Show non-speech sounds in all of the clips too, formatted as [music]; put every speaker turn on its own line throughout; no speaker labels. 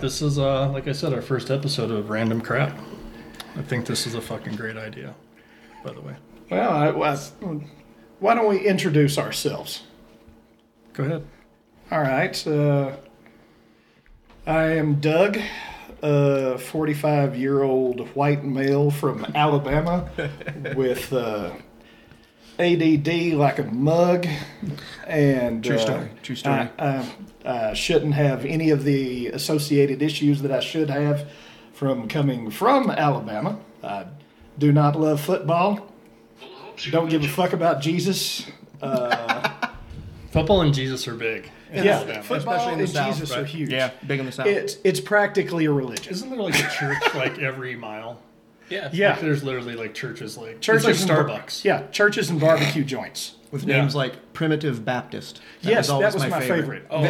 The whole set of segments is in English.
This is, uh, like I said, our first episode of Random Crap. I think this is a fucking great idea, by the way.
Well, I, well, why don't we introduce ourselves?
Go ahead.
All right. Uh, I am Doug, a 45 year old white male from
[laughs]
Alabama with uh, ADD like a mug. And
True story.
uh,
True story.
I, I, I shouldn't have any of the associated issues that I should have from coming from Alabama. I do not love football. Don't give a fuck about Jesus. Uh,
[laughs] Football and Jesus are big. in
Yeah,
Alabama.
football
Especially in
and
the South,
Jesus are
right?
huge.
Yeah, big in the south.
It's it's practically a religion.
Isn't there like a [laughs] church like every mile?
yeah,
Yeah,
Like, there's literally like churches like
churches,
it's like
and bar-
Starbucks.
yeah, churches and barbecue joints.
with
Yeah.
names like Primitive Baptist. That
yes,
was always
that was my, favorite.
Oh,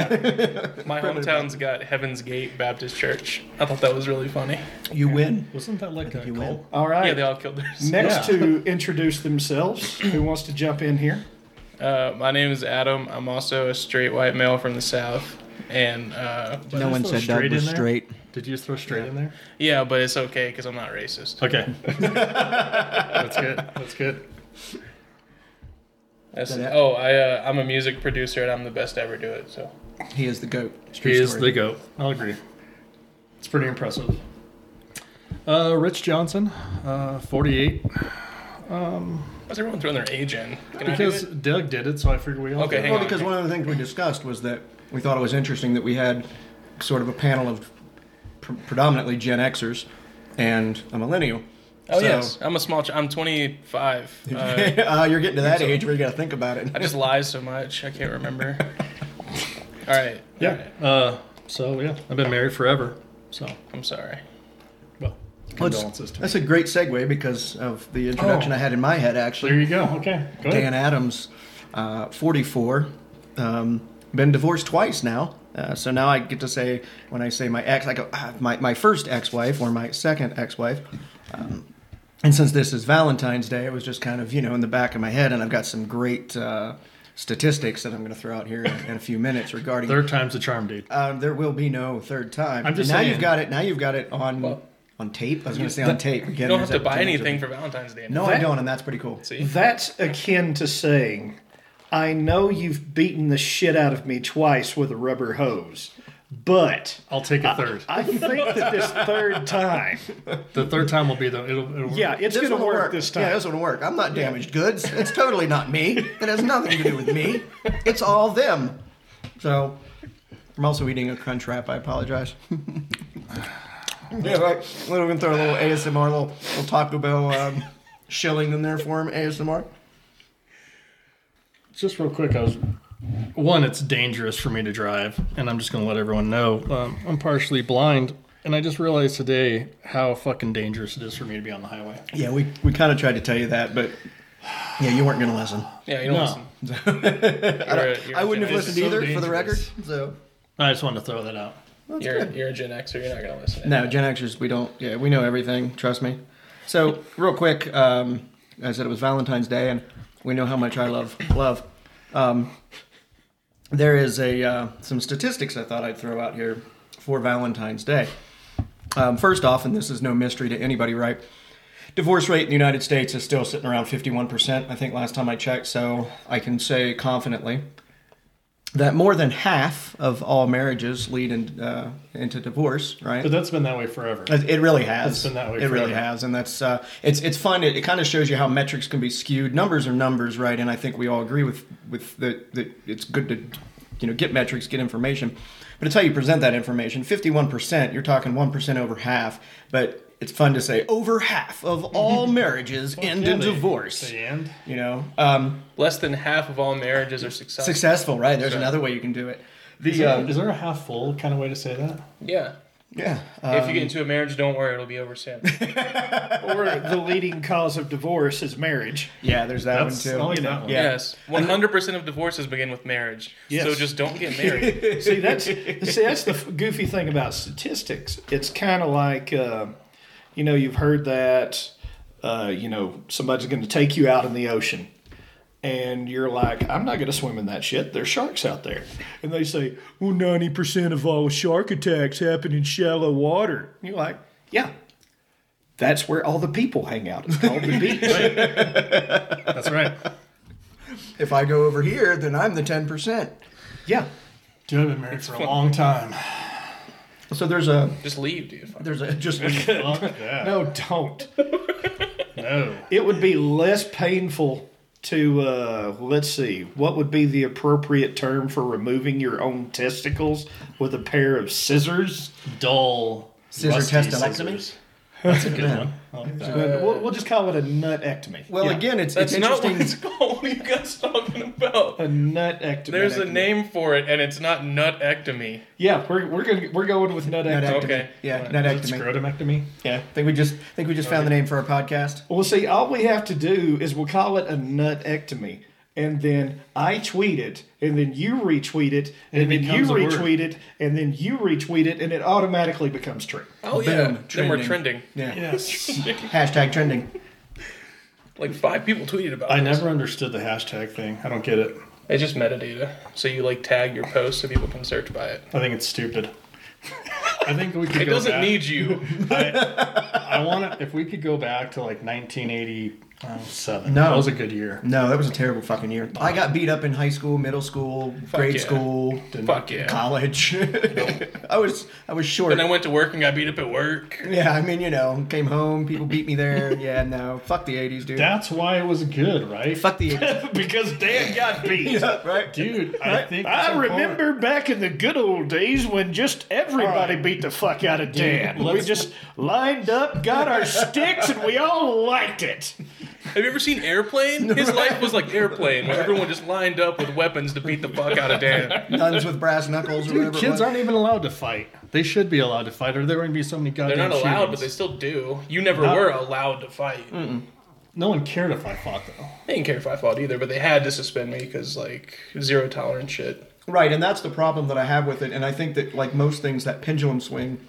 my hometown's got Heaven's Gate Baptist Church. I thought that was really funny.
You win.
Wasn't that like a
you
cult?
win.
All right.
Yeah, they all killed theirs.
Next
Yeah.
to introduce themselves, [clears throat] who wants to jump in here?
Uh, my name is Adam. I'm also a straight white male from the South. And uh,
Did
No
I
one
throw
said Doug
in
was
there?
straight.
Did you just throw straight in there?
yeah, but it's okay because I'm not racist.
Okay. [laughs] That's good. That's good.
That's,
That-
oh, I, uh, I'm a music producer and I'm the best to ever do it. So
He is the goat. It's true
He is
story.
the GOAT. I'll agree. It's pretty impressive. Uh, Rich Johnson, uh, 48.
why's everyone throwing their age in? Can
Because
I do it?
Doug did it, so I figured we all
Okay,
did.
hang
Well,
on.
because one of the things we discussed was that we thought it was interesting that we had sort of a panel of pr- predominantly Gen Xers and a millennial.
Oh,
So-
yes. I'm a small, ch- I'm 25. Uh,
[laughs] uh, you're getting to that age where you got to think about
I
it.
just lie so much. I can't remember. all right. All
Yeah.
right.
Uh, so, yeah, I've been married forever. So,
I'm sorry.
well, condolences to me.
That's a great segue because of the introduction
Oh.
I had in my head,
There
actually.
you go. Okay. Go
Dan
ahead.
Adams, uh, 44, um, been divorced twice now. Uh, so now I get to say when I say my ex, I go ah, my, my first ex-wife or my second ex-wife. Um, and since this is Valentine's Day, it was just kind of you know in the back of my head, and I've got some great uh, statistics that I'm going to throw out here in, in a few minutes regarding.
Third time's a charm, dude.
um, there will be no third time.
I'm just
now
saying.
you've got it. Now you've got it on on tape. I was going to say on tape.
You don't have to buy anything for Valentine's Day.
No, I don't, and that's pretty cool.
See?
That's akin to saying, "I know you've beaten the shit out of me twice with a rubber hose, but
I'll take a third.
I think that this third time,
the third time will be the. It'll, it'll
yeah, it's going
This
to
one'll
work, this time."
Yeah, this will work. I'm not damaged goods. It's totally not me. It has nothing to do with me. It's all them. So, I'm also eating a crunch wrap. I apologize. [laughs] yeah, right. We're gonna throw a little ASMR, little, little Taco Bell um, shilling in there for him. ASMR.
just real quick, I was one. It's dangerous for me to drive, and I'm just gonna let everyone know um, I'm partially blind, and I just realized today how fucking dangerous it is for me to be on the highway.
Yeah, we we kind of tried to tell you that, but yeah, you weren't gonna listen.
Yeah, you don't
No.
listen. You're a- you're
I
a
wouldn't have
Gen-
listened
so
either, for the record.
dangerous.
So.
I just wanted to throw that out.
You're, you're a Gen Xer. You're not gonna listen.
No, Gen Xers, we don't. Yeah, we know everything. Trust me. So, real quick, um, I said it was Valentine's Day, and we know how much I love love. Um, there is a uh, some statistics I thought I'd throw out here for Valentine's Day. Um, first off, and this is no mystery to anybody, right? Divorce rate in the United States is still sitting around 51%, I think last time I checked, so I can say confidently that more than half of all marriages lead in, uh, into divorce, right?
But that's been that way forever.
It it really has.
It's been that way
It really
forever.
has, and that's uh, it's it's fun. It, it kind of shows you how metrics can be skewed. Numbers are numbers, right? And I think we all agree with with the that it's good to you know get metrics, get information, but it's how you present that information. Fifty one percent, you're talking one percent over half, but it's fun to say over half of
[laughs]
all marriages end
Yeah,
in
they-
divorce.
They end.
You know, um,
Less than half of all marriages are successful.
successful, right? There's another way you can do it. The um,
Is there a half full kind of way to say that?
Yeah.
yeah, uh,
If you get into a marriage, don't worry, it'll be over soon.
or the leading cause of divorce is marriage.
yeah. There's that
That's-
one too.
I like
You know,
that one.
Yeah.
yes. One hundred percent of divorces begin with marriage.
Yes.
So just don't get
[laughs]
married.
See, that's see, that's the goofy thing about statistics. It's kind of like, uh, you know, you've heard that, uh, you know, somebody's going to take you out in the ocean. and you're like, I'm not going to swim in that shit. There's sharks out there. And they say, well, 90% of all shark attacks happen in shallow water. And you're like, yeah, that's where all the people hang out. It's called the beach.
That's right.
If I go over here, then I'm the 10%.
yeah.
Dude, I've been married for a long
[laughs]
time.
So there's a,
Just leave, dude. Fuck.
there's a, just,
Fuck that.
No, don't.
No.
It would be less painful to, uh, let's see, what would be the appropriate term for removing your own testicles with a pair of scissors?
Dull.
Scissor
rusty
testilectomy?
scissors. That's a good one. I like that.
But we'll, we'll just call it a nutectomy.
[laughs] well,
Yeah.
again, it's, it's
That's not what [laughs] it's
interesting.
called. What are you guys talking about?
a nutectomy.
There's a name for it, and it's not nutectomy.
Yeah, we're, we're gonna we're going with
[laughs]
nutectomy.
Nutectomy.
Okay.
Is
Yeah,
it
nutectomy.
Scrotumectomy?
Yeah, I think we just, I think we just found the name for our podcast.
Well, see, all we have to do is we'll call it a nutectomy, and then I tweet it, and then you retweet it, and,
it
then you
becomes a word.
retweet it, and then you retweet it, and it automatically becomes true. [laughs]
Oh yeah.
Boom,
Then we're trending.
Yeah.
Yes.
[laughs]
Hashtag trending.
Like five people tweeted about
I
it.
never understood the hashtag thing. I don't get it.
It's just metadata. So you like tag your post so people can search by it.
I think it's [laughs] stupid. I think we could
It
go
doesn't
back.
need you.
I want to. If we could go back to like 1987.
No.
that was a good year.
No, that was a terrible fucking year. I got beat up in high school, middle school, grade
yeah.
school, didn't-
Fuck yeah.
college. [laughs] I was I was short.
And I went to work and got beat up at work.
yeah, I mean, you know, came home, people beat me
[laughs]
there. Yeah, no, fuck the '80s, dude.
That's why it was good, right?
Fuck the
[laughs]
'80s,
because Dan got beat.
right?
Dude, I think
I
so far-
remember back in the good old days when just everybody beat the fuck out of Dan. We
let's-
just lined up, got our sticks, and we all liked it.
Have you ever seen Airplane? His life was like Airplane, where everyone just lined up with weapons to beat the fuck out of Dan.
Nuns with brass knuckles or whatever. it
Kids
was.
aren't even allowed to fight. They should be allowed to fight, or there wouldn't be so many
They're
goddamn.
not allowed, but they
shootings.
still do. You never were allowed to fight.
no one cared if I fought though.
They didn't care if I fought either, but they had to suspend me because like zero tolerance shit.
Right, and that's the problem that I have with it. And I think that, like most things, that pendulum swing,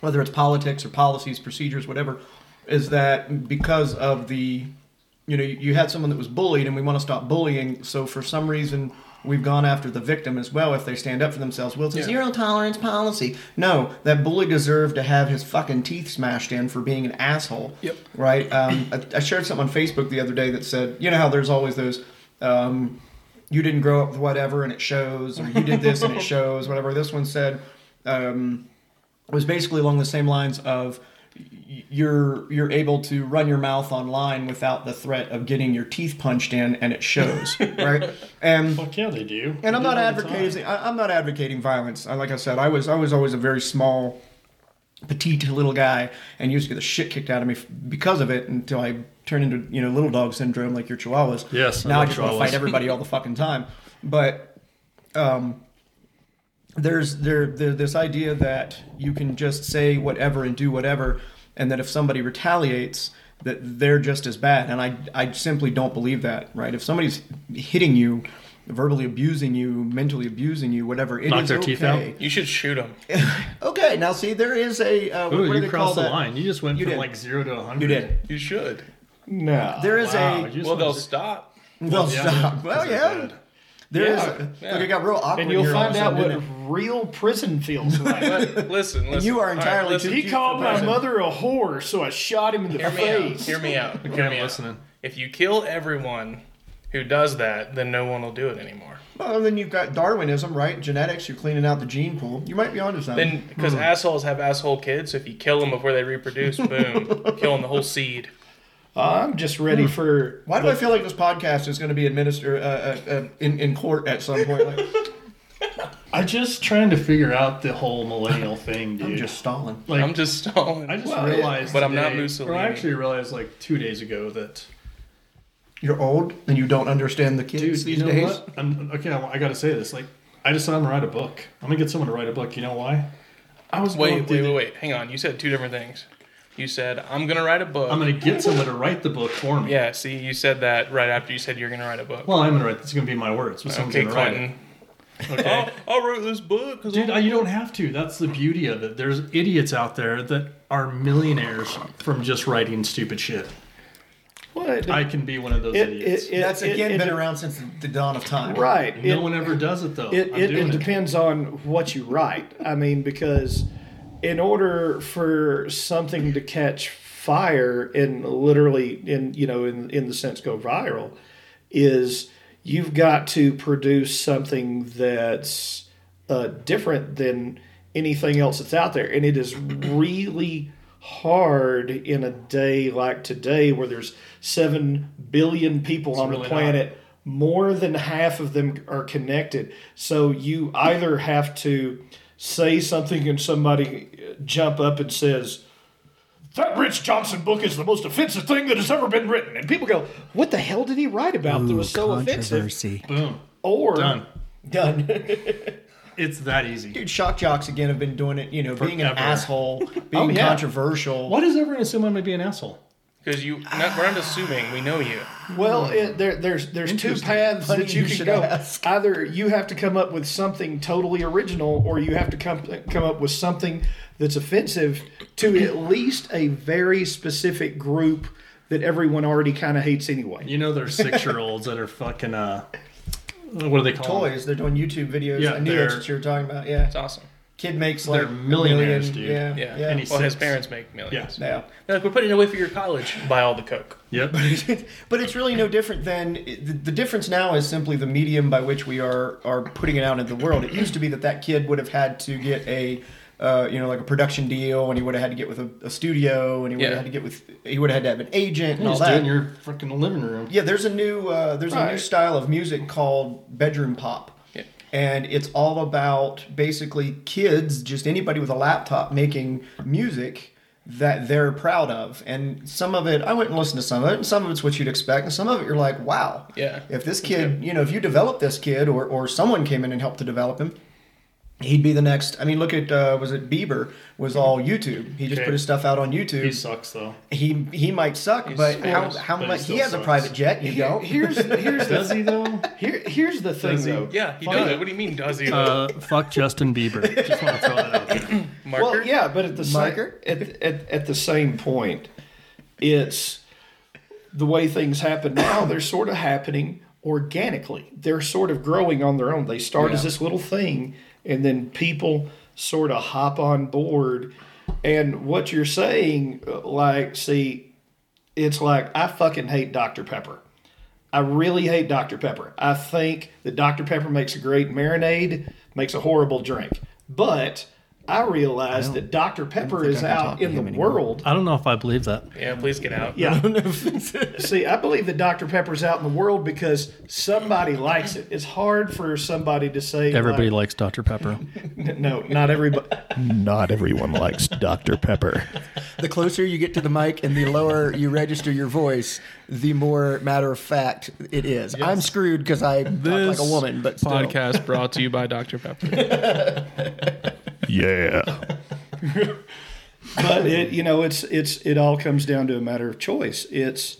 whether it's politics or policies, procedures, whatever, is that because of the, you know, you had someone that was bullied, and we want to stop bullying. So for some reason, we've gone after the victim as well if they stand up for themselves. Well, it's a zero tolerance policy. No, that bully deserved to have his fucking teeth smashed in for being an asshole.
Yep.
Right. Um, I, I shared something on Facebook the other day that said, you know how there's always those. Um, you didn't grow up with whatever and it shows, or you did this and it shows, whatever. This one said um, was basically along the same lines of y- you're you're able to run your mouth online without the threat of getting your teeth punched in and it shows, right? And
Fuck yeah, they do.
and I'm
They do
not
all the time.
advocating. I, I'm not advocating violence. I, like I said, I was I was always a very small, petite little guy, and used to get the shit kicked out of me f- because of it until I turned into you know little dog syndrome like your Chihuahuas.
Yes, I
Now I,
love
just want to
Chihuahuas.
fight everybody all the fucking time. But um, there's there, there this idea that you can just say whatever and do whatever, and that if somebody retaliates. That they're just as bad, and I, I simply don't believe that. Right? If somebody's hitting you, verbally abusing you, mentally abusing you, whatever. it is
Knock their
okay.
teeth
You should shoot them.
Okay, now see, there is a. Uh, what,
Ooh,
do
you
they
crossed the
call that?
line. You just went
You
from
did.
like zero to 100.
You did.
You should.
No.
There is
Wow,
a.
you just
Well, they'll
went-
stop.
well,
yeah,
stop.
because
Well,
they're
yeah.
bad.
There is.
Yeah.
Yeah.
Look, it got real awkward.
and you'll
here all
find
of a
out
sudden,
what
didn't it?
real prison [laughs] feels like.
Listen, listen.
you are
All right,
entirely
listen.
too
He
Cute
called
for
my
prison.
mother a whore, so I shot him in the
Hear me out.
face.
Hear me out.
Okay,
Hear
I'm
me out.
listening.
If you kill everyone who does that, then no one will do it anymore.
Well, then you've got Darwinism, right? Genetics. You're cleaning out the gene pool. You might be onto something.
Then,
Mm-hmm.
because assholes have asshole kids, so if you kill them before they reproduce, boom,
[laughs]
killing the whole seed.
I'm just ready for.
Why do I feel like this podcast is going to be administered uh, uh, uh, in in court at some point? Like, [laughs]
I'm just trying to figure out the whole millennial thing, dude.
I'm just stalling.
like,
I'm just stalling.
I just
Well,
realized,
but I'm not
today-
Mussolini.
Or I actually realized like two days ago that,
You're old and you don't understand the kids
dude,
these
you know
days.
what? I'm, okay, I, I got to say this. Like, I decided I'm gonna write a book. I'm gonna get someone to write a book. You know why? I was going
wait,
through
wait,
the-
wait, wait. Hang on. You said two different things. You said I'm gonna write a book.
I'm gonna get someone to write the book for me.
Yeah. See, you said that right after you said you're gonna write a book.
Well, I'm gonna write. It's gonna be my words, but someone's
okay,
gonna
Clinton.
write it. Okay.
I wrote this book because
Dude, I, you don't have to. That's the beauty of it. There's idiots out there that are millionaires from just writing stupid shit.
But
I can be one of those
it,
idiots.
it, it,
That's
it-
again
it-
been around since the dawn of time.
Right.
no
it-
one ever does it though.
It,
I'm
it,
doing
it depends on what you write. I mean, because in order for something to catch fire and literally in you know in in the sense go viral, is you've got to produce something that's uh, different than anything else that's out there, and it is really hard in a day like today where there's seven billion people on
really
the
not.
planet more than half of them are connected. So you either have to say something and somebody uh, jump up and says, that Rich Johnson book is the most offensive thing that has ever been written. And people go, What the hell did he write about that was so offensive?
Controversy.
Boom.
Or
Done.
Done. [laughs]
It's that easy.
Dude, shock jocks again have been doing it, you know, being an
Forever.
[laughs] asshole, being
yeah.
controversial.
Why does everyone assume I'm gonna be an asshole?
Because you, not, we're not assuming we know you.
Well, it, there, there's there's two
Interesting.
paths
Funny
that you
you
can
should
go.
ask.
Either you have to come up with something totally original, or you have to come come up with something that's offensive to at least a very specific group that everyone already kind of hates anyway.
You know,
[laughs]
there's six year olds that are fucking. uh What do they call them?
Toys, they're doing YouTube videos.
Yeah,
I knew that's
they're-
what you were talking about. Yeah.
It's awesome.
Kid makes like
They're millionaires,
a
dude.
million. Yeah.
Yeah.
yeah.
And he's
well, his
six.
parents make millions.
Yeah.
yeah.
They're like, we're putting it away for your college. Buy all the Coke.
Yep. [laughs]
[laughs] but it's really no different than the, the difference now is simply the medium by which we are are putting it out into the world. It used to be that that kid would have had to get a uh, you know like a production deal, and he would have had to get with a, a studio, and he would
Yeah.
have had to get with he would have had to have an agent and all
Just do it in
that.
your freaking living room.
Yeah, there's a new uh, there's a new
Right.
style of music called bedroom pop.
Yeah.
And it's all about basically kids, just anybody with a laptop making music that they're proud of. And some of it, I went and listened to some of it, and some of it's what you'd expect, and some of it you're like, wow.
Yeah.
If this kid, you know, if you develop this kid or, or someone came in and helped to develop him, he'd be the next. I mean, look at, uh, was it Bieber? Was all YouTube. He just
Okay.
put his stuff out on YouTube.
He sucks though.
he he might suck, but how,
scoreless,
how
but he
much? He,
still
has a
sucks.
private jet, you
Here-
don't?
here's here's [laughs]
Does
the
he though?
here, here's the thing
Does he?
though.
Yeah, he
Fuck
does.
it.
What do you mean, does he?
[laughs] Uh, fuck Justin Bieber. Just want to throw that out there.
Marker?
Well, yeah, but at the same
Marker?
at, at at the same point, it's the way things happen now. They're sort of happening organically. They're sort of growing on their own. They start as this little thing, and then people sort of hop on board. And what you're saying, uh, like, see, it's like I fucking hate Dr Pepper. I really hate Dr. Pepper. I think that Dr. Pepper makes a great marinade, makes a horrible drink. But I realize that Dr. Pepper is
I can talk
out
to
in the
him anymore. [laughs]
world.
I don't know if I believe that.
Yeah, please get out.
Yeah. See, I believe that Dr. Pepper's out in the world because somebody likes it. It's hard for somebody to say
Everybody
like,
likes Dr Pepper.
no,
[laughs]
not everybody. not everyone likes Dr. Pepper.
the closer you get to the mic and the lower you register your voice, the more matter of fact it is. I'm screwed because I talk like a woman, but still.
Podcast brought to you by Dr. Pepper.
Yeah.
[laughs]
but it, you know, it's it's it all comes down to a matter of choice. It's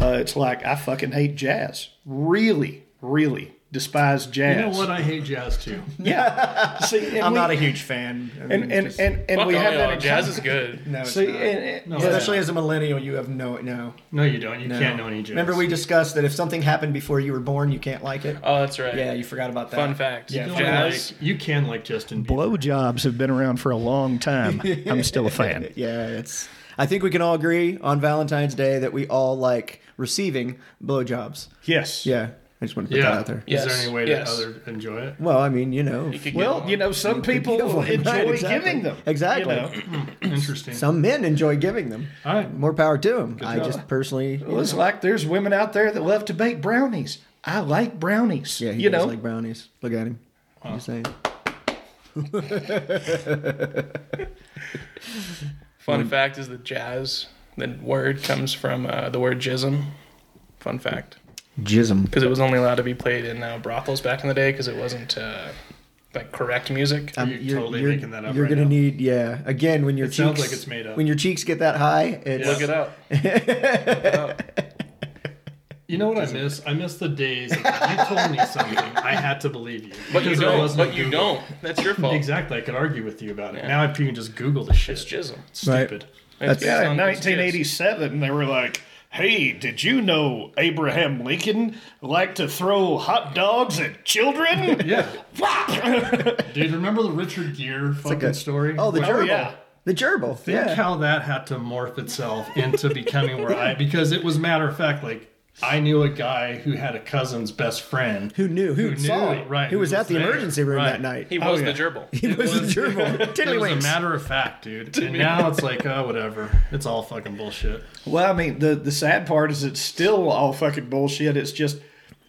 uh, it's like I fucking hate jazz. Really, really despise jazz.
You know what? I hate jazz too.
Yeah. See, and
I'm
we,
not a huge fan. I mean,
and and
just-
and, and
Fuck
we
all
have that
y'all.
in
Jazz
common.
is good.
no, it's
See,
not.
and, and-
No,
yeah.
it's
especially as a millennial, you have no no.
No, you don't. You
no.
can't know any jazz.
Remember, we discussed that if something happened before you were born, you can't like it.
Oh, that's right.
yeah, you forgot about that.
Fun fact.
Yeah,
You
fun
can
Jazz.
like- you can like Justin Bieber.
Blowjobs have been around for a long [laughs] time. I'm still a fan.
Yeah, it's. I think we can all agree on Valentine's Day that we all like receiving blowjobs.
Yes.
Yeah, I just want to put
Yeah.
that out there.
Is there
Yes.
any way to
Yes.
other enjoy
[clears throat]
it?
Well, I mean, you know,
You could get
Well,
one.
you know, some people
give one,
enjoy
right, exactly.
giving them.
Exactly.
You know?
Interesting.
some men enjoy giving them.
All right.
More power to them. I
job.
just personally,
Well, it's like there's women out there that love to bake brownies. I like brownies.
yeah, he
you
does
know,
like brownies. Look at him. I'm just saying.
Fun fact is that jazz, the word comes from uh, the word jism. Fun fact.
Jism.
Because it was only allowed to be played in uh, brothels back in the day because it wasn't uh, like correct music.
Um,
You're totally making that up
You're
right
gonna
now.
need, yeah. Again, when your cheeks,
sounds like it's made up.
When your cheeks get that high, it's
Look it up.
[laughs]
You know what I miss? I miss the days that you told me something, I had to believe you.
But you
Because there
don't.
was
But
no
you
Google.
don't. That's your fault.
Exactly. I could argue with you about it. Now I can just Google the shit.
It's jism.
Stupid.
It's
That's-
based
yeah, in
on- it's jizz.
1987, they were like, Hey, did you know Abraham Lincoln liked to throw hot dogs at
[laughs]
children?
Yeah.
Wah!
Dude, remember the Richard Gere fucking
good-
story?
Oh, the
Like,
gerbil.
yeah.
The gerbil.
Think
yeah.
how that had to morph itself into becoming where I because it was matter of fact, like I knew a guy who had a cousin's best friend.
who knew? Who,
Who
saw?
knew,
it?
right,
Who
who
was, at
was
the
there,
emergency room that
right.
night?
He was the gerbil.
[laughs] He was,
was- [laughs]
a gerbil.
It was a
Tiddlywinks.
matter of fact, dude. And now it's like, oh, whatever. It's all fucking bullshit.
[laughs] Well, I mean, the, the sad part is it's still all fucking bullshit. It's just,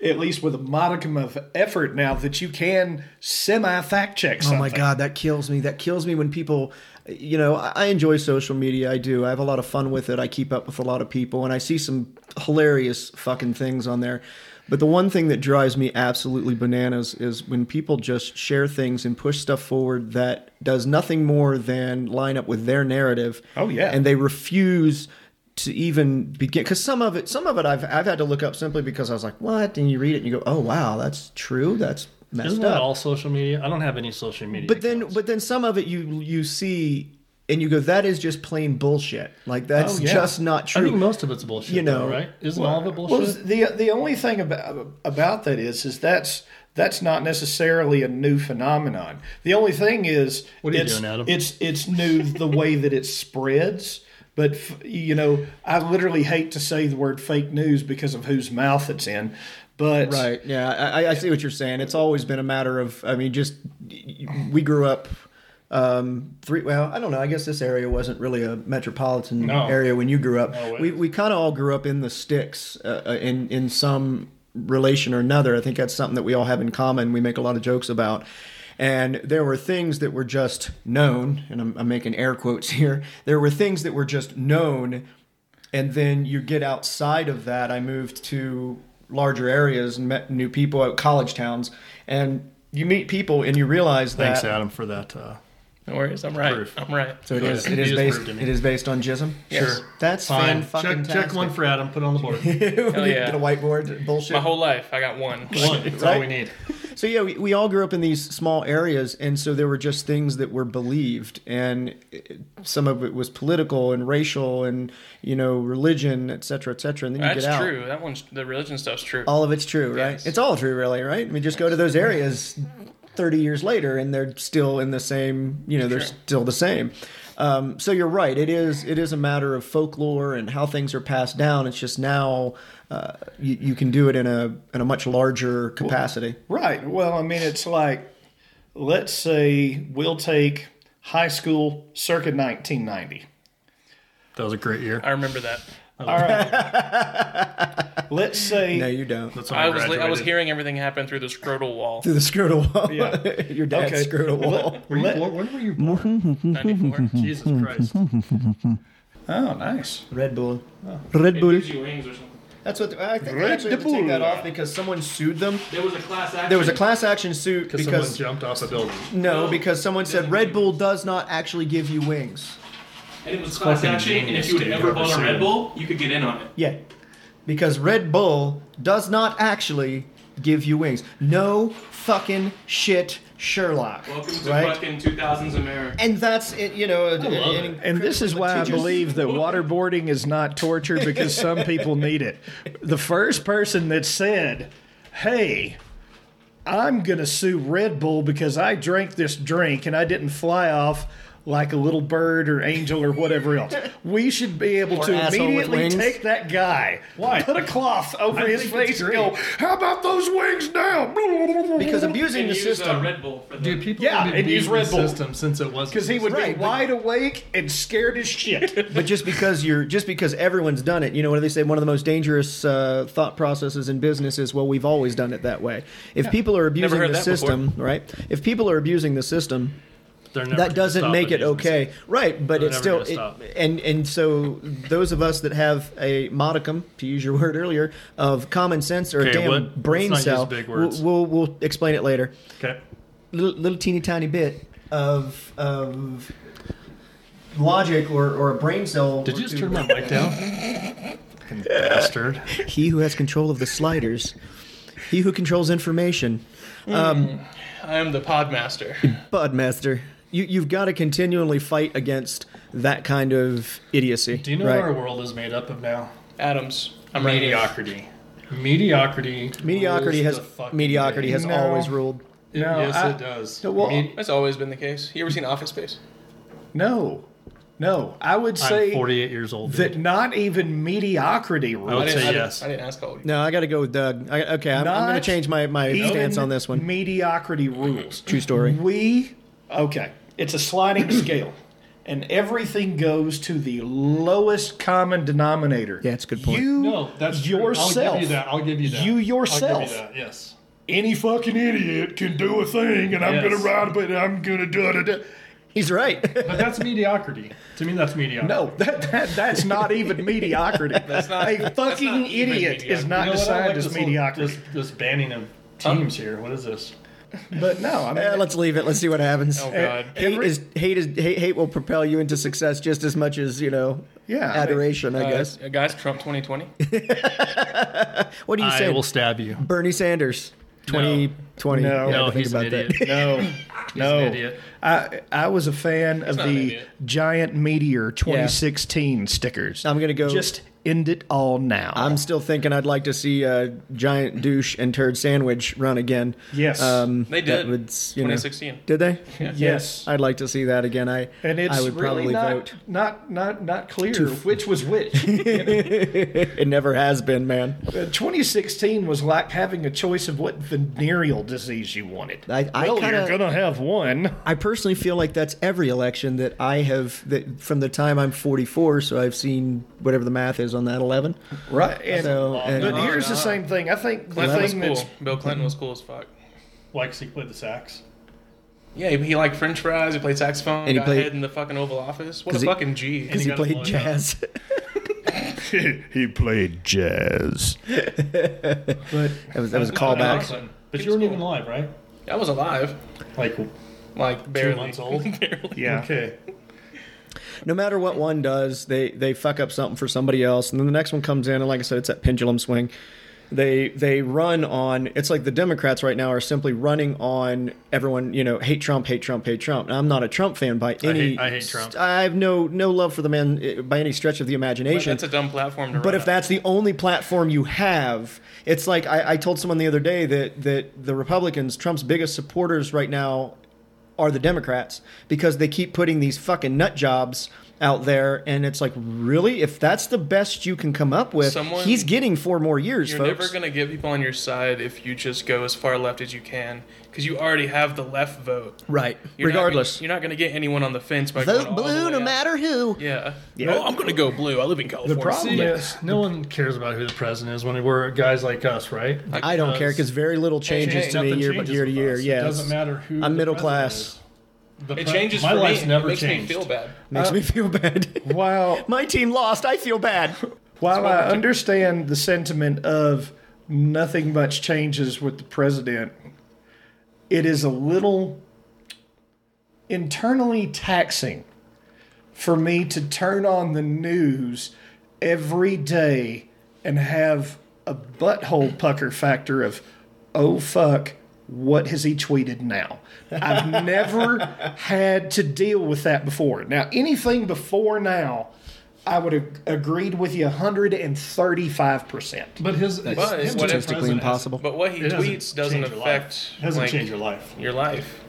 at least with a modicum of effort now, that you can semi fact check
Oh
something.
my god, that kills me. That kills me when people, you know, I I enjoy social media. I do. I have a lot of fun with it. I keep up with a lot of people, and I see some hilarious fucking things on there. But the one thing that drives me absolutely bananas is when people just share things and push stuff forward that does nothing more than line up with their narrative.
Oh, yeah.
and they refuse to even begin because some of it, some of it, I've I've had to look up simply because I was like, what? And you read it and you go, oh wow, that's true. That's messed
Isn't
up.
that all social media? I don't have any social media.
But then, but then some of it you you see and you go, that is just plain bullshit. Like that's
Oh, yeah.
just not true.
I think most of it's bullshit.
You
You
know,
know, right? Isn't all of it bullshit?
Well, the the only thing about about that is is that's that's not necessarily a new phenomenon. The only thing is
What are you
it's,
doing, Adam?
it's it's new the way that it spreads. But f- you know, I literally hate to say the word fake news because of whose mouth it's in. But
right? Yeah, I, I- I see what you're saying. It's always been a matter of, I mean, just we grew up. Um, three. Well, I don't know. I guess this area wasn't really a metropolitan
No.
area when you grew up.
it
we we kind of all grew up in the sticks uh, uh, in in some relation or another. I think that's something that we all have in common. We make a lot of jokes about. And there were things that were just known, and I'm, I'm making air quotes here. There were things that were just known, and then you get outside of that. I moved to larger areas and met new people at college towns, and you meet people and you realize that.
Thanks, Adam, for that. Uh,
No worries, I'm right.
Proof.
I'm right.
So it
Go
is.
ahead.
It is
You just
based.
proved to me.
It is based on jism.
Yes.
Sure.
That's
fine.
Fucking
Check, check
[laughs]
one for Adam. Put it on the board.
Hell
yeah.
Get a whiteboard. Bullshit.
My whole life, I got one.
One. That's all we need.
So yeah, we, we all grew up in these small areas, and so there were just things that were believed, and it- some of it was political and racial, and you know, religion, et cetera, et cetera. And then you
That's
get out. Oh.
true. That one's the religion stuff's true.
All of it's true, right?
Yes.
It's all true, really, right? I mean, just go to those areas thirty years later, and they're still in the same. You know, they're
Sure.
still the same. Um, so you're right. It is. It is a matter of folklore and how things are passed down. It's just now uh, you, you can do it in a in a much larger capacity.
Right. Well, I mean, it's like, let's say we'll take high school circa 1990.
That was a great year.
I remember that.
Let's say
no, you don't.
That's when I,
I was li- I was
graduated.
hearing everything happen through the scrotal wall.
through the scrotal wall.
Yeah.
[laughs] Your dad's
Okay.
scrotal wall.
Were you,
Let-
born- when were you born?
[laughs]
94.
Jesus [laughs] Christ.
Oh, nice.
Red Bull. Oh. Red Bull.
you wings or something.
That's what I think.
Red
I actually have to take
Bull.
that off because someone sued them.
There was a class action.
There was a class action suit
Because someone
because
jumped off a building.
no, because someone said Red Bull does not actually give you wings.
And it was class
fucking
action, and
genius,
if you would
dude,
ever bought
whoever
a Red
sued.
Bull, you could get in on it.
Yeah, because Red Bull does not actually give you wings. No fucking shit, Sherlock.
Welcome to
right?
fucking 2000s America.
And that's it. You know, and,
And this is why I believe that waterboarding is not torture because some people need it. The first person that said, "Hey, I'm going to sue Red Bull because I drank this drink and I didn't fly off like a little bird or angel or whatever else." We should be able
Or
to
asshole with
immediately
wings.
take that guy,
Why?
put a cloth over
I
his
think it's
face, and go,
great.
"How about those wings now?"
because abusing
And
the
use,
system.
Uh, Red Bull for the
Dude, people
Yeah,
have been
and use
beating
Red
the
Bull.
system since it was
because he would
Right,
be
but-
wide awake and scared as shit.
[laughs] but just because you're just because everyone's done it you know what do they say one of the most dangerous uh, thought processes in business is well we've always done it that way if people are abusing
heard
the
that before.
system right if people are abusing the system
They're never
that
gonna
doesn't
stop
make it
abusing the
okay right but
They're
it's still
never
it,
gonna stop.
and and so those of us that have a modicum to use your [laughs] word earlier of common sense or a
Okay,
damn
what-
brain
let's not use
cell
big
we'll,
words.
we'll we'll explain it later
Okay.
little, little teeny tiny bit of of logic or, or a brain cell
Did
or
you just
two-
turn my mic down? Fucking bastard.
He who has control of the sliders. He who controls information.
I am the podmaster.
Budmaster. You, you've got to continually fight against that kind of idiocy.
Do you know
right?
what our world is made up of now?
Adams. I'm right here.
mediocrity. Mediocrity.
Mediocrity
rules
has
the fucking
mediocrity
day.
has
No.
always ruled.
No,
yes,
I-
it does.
No, well,
Medi-
That's always been the case. You ever seen Office Space?
No, no. I would
I'm
say
48 years old.
that not even mediocrity
I would
rules.
say
I
yes.
I didn't ask how old you
No, I got to go with Doug. I, okay, I'm, I'm going
Not
to change my, my
Even
stance on
[laughs]
this one.
Mediocrity rules.
True story.
We okay. It's a sliding [clears throat] scale, and everything goes to the lowest common denominator.
Yeah, it's a good point.
You
no, that's true.
yourself.
I'll give you that. I'll give you that.
You
I'll give
yourself.
that. Yes.
Any fucking idiot can do a thing, and I'm
Yes.
gonna ride, but I'm gonna do it.
He's right.
But that's mediocrity. To me, that's mediocrity.
No, that, that that's not
[laughs]
even mediocrity. That's
not-
a fucking
not even
idiot is
mediocrity.
not
You know what? I
decided
like
as
this little-
mediocrity.
This, this banning of teams here. What is this?
but no, I mean,
Eh, [laughs] let's leave it. Let's see what happens.
Oh, God.
Hate is hate is hate, hate will propel you into success just as much as you know.
Yeah, I mean-
adoration. I,
Uh,
guess.
uh, guys, Trump
[laughs]
2020.
What do you say?
stab you.
Bernie Sanders, twenty twenty.
No.
Yeah, I
No,
think
he's an
about that.
idiot.
[laughs]
no, no.
an idiot.
I I was a fan of
not an
the
idiot.
giant meteor 2016 stickers.
I'm gonna go-
Just end it all now.
I'm still thinking I'd like to see uh, giant douche and turd sandwich run again. Um,
Yes.
They
that
did.
would, you know-
2016.
did they?
yes,
I'd like to see that again. I
and it's
I would
really
probably
not,
vote. [laughs]
not not not clear which was which.
It never has been, man.
Uh, 2016 was like having a choice of what venereal disease you wanted.
I- I
well,
kinda-
you're gonna have one.
I personally feel like that's every election that I have that from the time I'm 44. So I've seen whatever the math is on that 11.
Right. And,
So and-
but here's the same thing. I think the
Clinton was
thing
cool.
that's
Bill Clinton was cool as fuck.
Mm-hmm.
Why? Because he played the sax.
Yeah, he, he liked French fries. He played saxophone.
And he
got
played-
hit in the fucking Oval Office. What a
'Cause he-
fucking G.
because he
got a
played
blowjob.
jazz.
he played jazz.
but [laughs] that was that was a
Callbacks.
callback.
But you weren't even live, right?
I was alive,
Like
like barely.
two
[laughs]
months old.
Yeah.
Okay.
No matter what one does, they they fuck up something for somebody else, and then the next one comes in, and like I said, it's that pendulum swing. They they run on. It's like the Democrats right now are simply running on everyone. You know, hate Trump, hate Trump, hate Trump. And I'm not a Trump fan by any.
hate- I hate Trump.
I have no no love for the man eh, by any stretch of the
But
imagination.
that's a dumb platform to
But
run
if
on.
that's the only platform you have, it's like I, I told someone the other day that that the Republicans, Trump's biggest supporters right now, are the Democrats because they keep putting these fucking nut jobs out there, and it's like, really, if that's the best you can come up with,
Someone-
he's getting four more years,
You're
folks.
never going to get people on your side if you just go as far left as you can because you already have the left vote.
right,
You're not
regardless.
gonna- you're not going to get anyone on the fence by going
Vote
all the
blue,
way
no
out.
matter who.
Yeah. No, I'm going to go blue. I live in California.
problem-
See, no one cares about who the president is when we're guys like us, right?
I don't care because very little changes to me
Nothing
year,
changes
year to
with
year.
us.
Yeah,
It doesn't matter who.
I'm
the
middle
president
class.
is. The
It
pre-
changes
My
for
life's
me.
never
it makes
changed.
me feel bad.
makes
Uh,
me [laughs] feel bad.
While
My team lost. I feel bad.
[laughs]
while I understand the sentiment of nothing much changes with the president, it is a little internally taxing for me to turn on the news every day and have a butthole pucker factor of, oh fuck, what has he tweeted now? I've never had to deal with that before. Now, anything before now, I would have agreed with you 135%.
But his his
But what if-
president
Statistically
is-
impossible.
But what he
It doesn't
tweets doesn't
change your life.
affect
It doesn't
like,
change your life.
your life.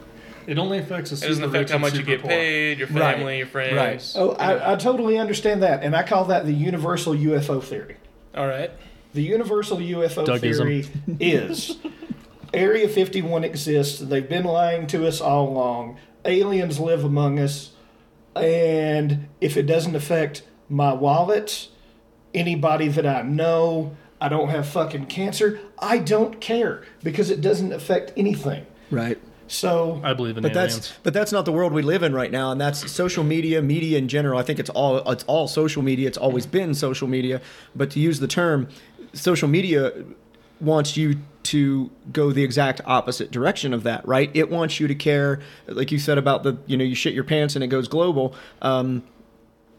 It only affects a
It doesn't affect how much you get paid, your family, your friends.
Oh, I, I totally understand that, and I call that the universal UFO theory.
All right.
The universal UFO
Dougism.
theory is Area 51 exists. They've been lying to us all along. Aliens live among us, and if it doesn't affect my wallet, anybody that I know, I don't have fucking cancer. I don't care because it doesn't affect anything.
Right.
So
I believe in
But
aliens.
that's but that's not the world we live in right now, and that's social media, media in general. I think it's all it's all social media. It's always been social media. But to use the term, social media wants you to go the exact opposite direction of that, right? It wants you to care, like you said about the you know you shit your pants and it goes global. Um,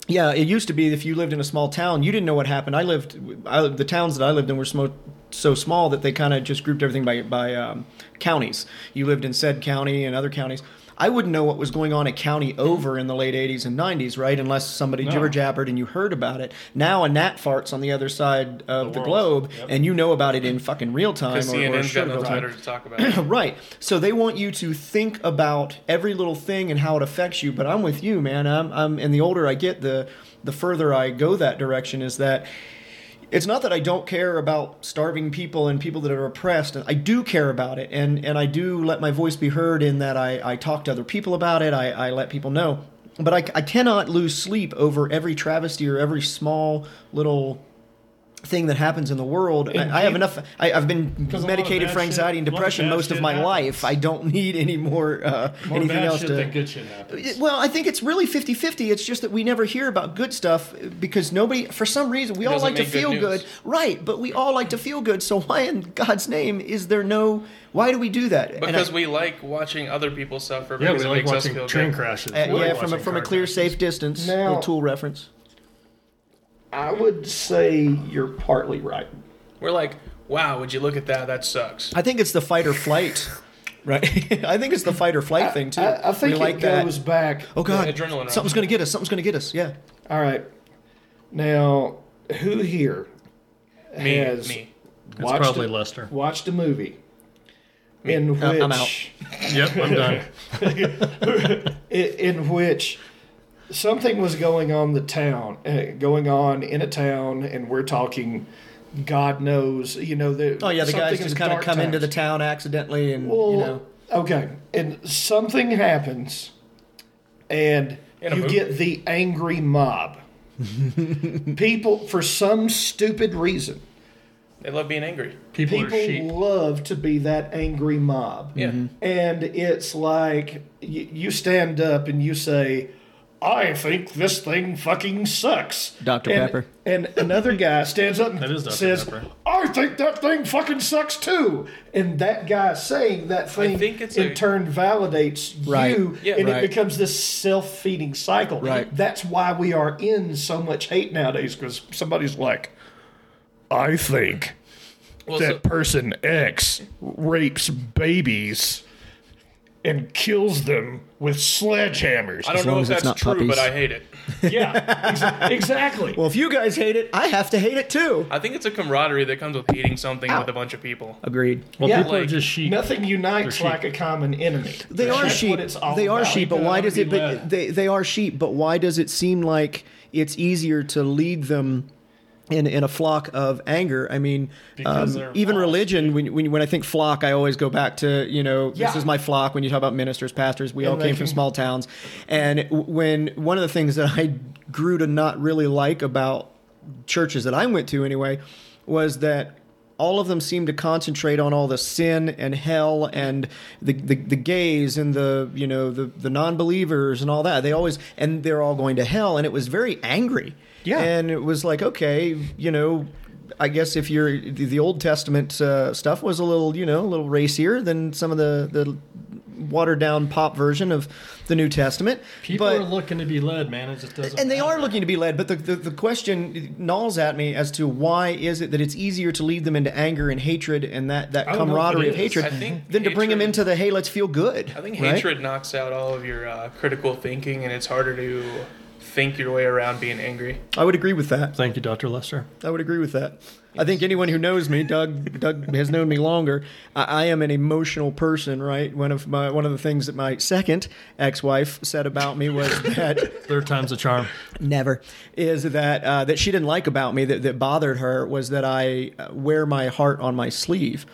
yeah, it used to be if you lived in a small town, you didn't know what happened. I lived, I, the towns that I lived in were smo- so small that they kind of just grouped everything by by um, counties. You lived in said county and other counties. I wouldn't know what was going on a county over in the late 80s and 90s, right? Unless somebody jibber jabbered and you heard about it. Now a gnat farts on the other side of the,
world.
globe and you know about it in fucking real time.
Because
or- or
CNN's
short
got no
real time.
Twitter to talk about. it.
[clears throat] Right. So they want you to think about every little thing and how it affects you. But I'm with you, man. I'm, I'm and the older I get, the the further I go that direction is that it's not that I don't care about starving people and people that are oppressed. I do care about it, and and I do let my voice be heard in that I, I talk to other people about it. I, I let people know, but I, I cannot lose sleep over every travesty or every small little thing that happens in the world. I, I have enough. I, I've been
'Cause a lot of
medicated
bad
for
shit-
anxiety and
a lot of
depression
bad
most of
shit
my
happens.
life. I don't [laughs] need any more uh,
More
anything
bad
else
shit
to.
than good shit happens.
It- Well, I think it's really 50-50. It's just that we never hear about good stuff uh, because nobody for some reason we all
doesn't
like to
make good
feel
news.
good. Right, but we all like to feel good. So why in God's name is there no why do we do that? And I-
Because we like watching other people suffer
Yeah,
because
we
it
like
makes us
watching
feel
train
good.
crashes.
uh,
We like
yeah, from a,
watching
from a
car
clear
crashes.
safe distance,
Now-
little tool reference.
I would say you're partly right.
We're like, wow, would you look at that? That sucks.
I think it's the fight or flight. [laughs] right. I think it's the fight or flight thing too.
I, I think
we
it
like that.
goes back.
oh god,
adrenaline rush.
something's going to get us. Something's going to get us. Yeah.
All right. Now, who here
Me,
has
me.
It's
watched
probably
a,
Lester.
watched a movie in which
Uh, I'm
Yep, I'm done.
i- in which something was going on the town, uh, going on in a town, and we're talking, God knows, you know the
Oh yeah, the guys
something in
just kind of
dark
come into the
times.
town accidentally and
Well,
you know.
okay, and something happens, and
In a
you
movie.
get the angry
[laughs]
mob. People, for some stupid reason,
They love being angry.
People, are sheep.
people love to be that angry mob.
Yeah.
Mm-hmm.
And it's like y- you stand up and you say, I think this thing fucking sucks.
Dr.
And-
Pepper.
And another guy
[laughs]
stands up and
That is Dr.
says,
Pepper.
I think that thing fucking sucks too. And that guy saying that thing
think it's
in
a-
turn validates
Right.
you
Yeah.
and
Right.
it becomes this self feeding cycle.
Right.
That's why we are in so much hate nowadays because somebody's like, I think
Well,
that
so-
person X rapes babies and kills them with sledgehammers.
I don't know
long
if
as it's
that's
not
true,
puppies.
but I hate it.
yeah, ex- exactly.
Well, if you guys hate it, I have to hate it too.
I think it's a camaraderie that comes with hating something with a bunch of people.
Agreed.
well,
yeah,
people are
like,
just sheep.
Nothing unites
sheep.
like a common enemy.
They are
That's
sheep.
What it's all
They are
about.
sheep, but
Yeah,
why
I'm
does
gonna
it?
be
But
led.
they they are sheep, but why does it seem like it's easier to lead them? In, in a flock of anger, I mean, um,
they're
even
lost.
religion. When, when when I think flock, I always go back to you know this
Yeah.
is my flock. When you talk about ministers, pastors, we all
And they
came from
can-
small towns, and w- when one of the things that I grew to not really like about churches that I went to anyway was that all of them seemed to concentrate on all the sin and hell and the, the, the gays and the you know the, the non-believers and all that they always and they're all going to hell and it was very angry
Yeah.
and it was like okay you know i guess if you're the, the old testament uh, stuff was a little you know a little racier than some of the, the watered down pop version of the new testament
people
but,
are looking to be led, man. It just doesn't.
and they
matter.
are looking to be led, but the, the, the question gnaws at me as to why is it that it's easier to lead them into anger and hatred and that, that
I don't know if
camaraderie
it
of
is.
hatred
I think
than to bring them
hatred-
into the hey, let's feel good.
I think
right?
hatred knocks out all of your uh, critical thinking, and it's harder to think your way around being angry.
I would agree with that.
Thank you, Dr. Lester.
I would agree with that. I think anyone who knows me, Doug, Doug has known me longer. I, I am an emotional person, right? One of my one of the things that my second ex-wife said about me was that.
Third time's a charm.
never is that uh, that she didn't like about me that, that bothered her was that I uh, wear my heart on my sleeve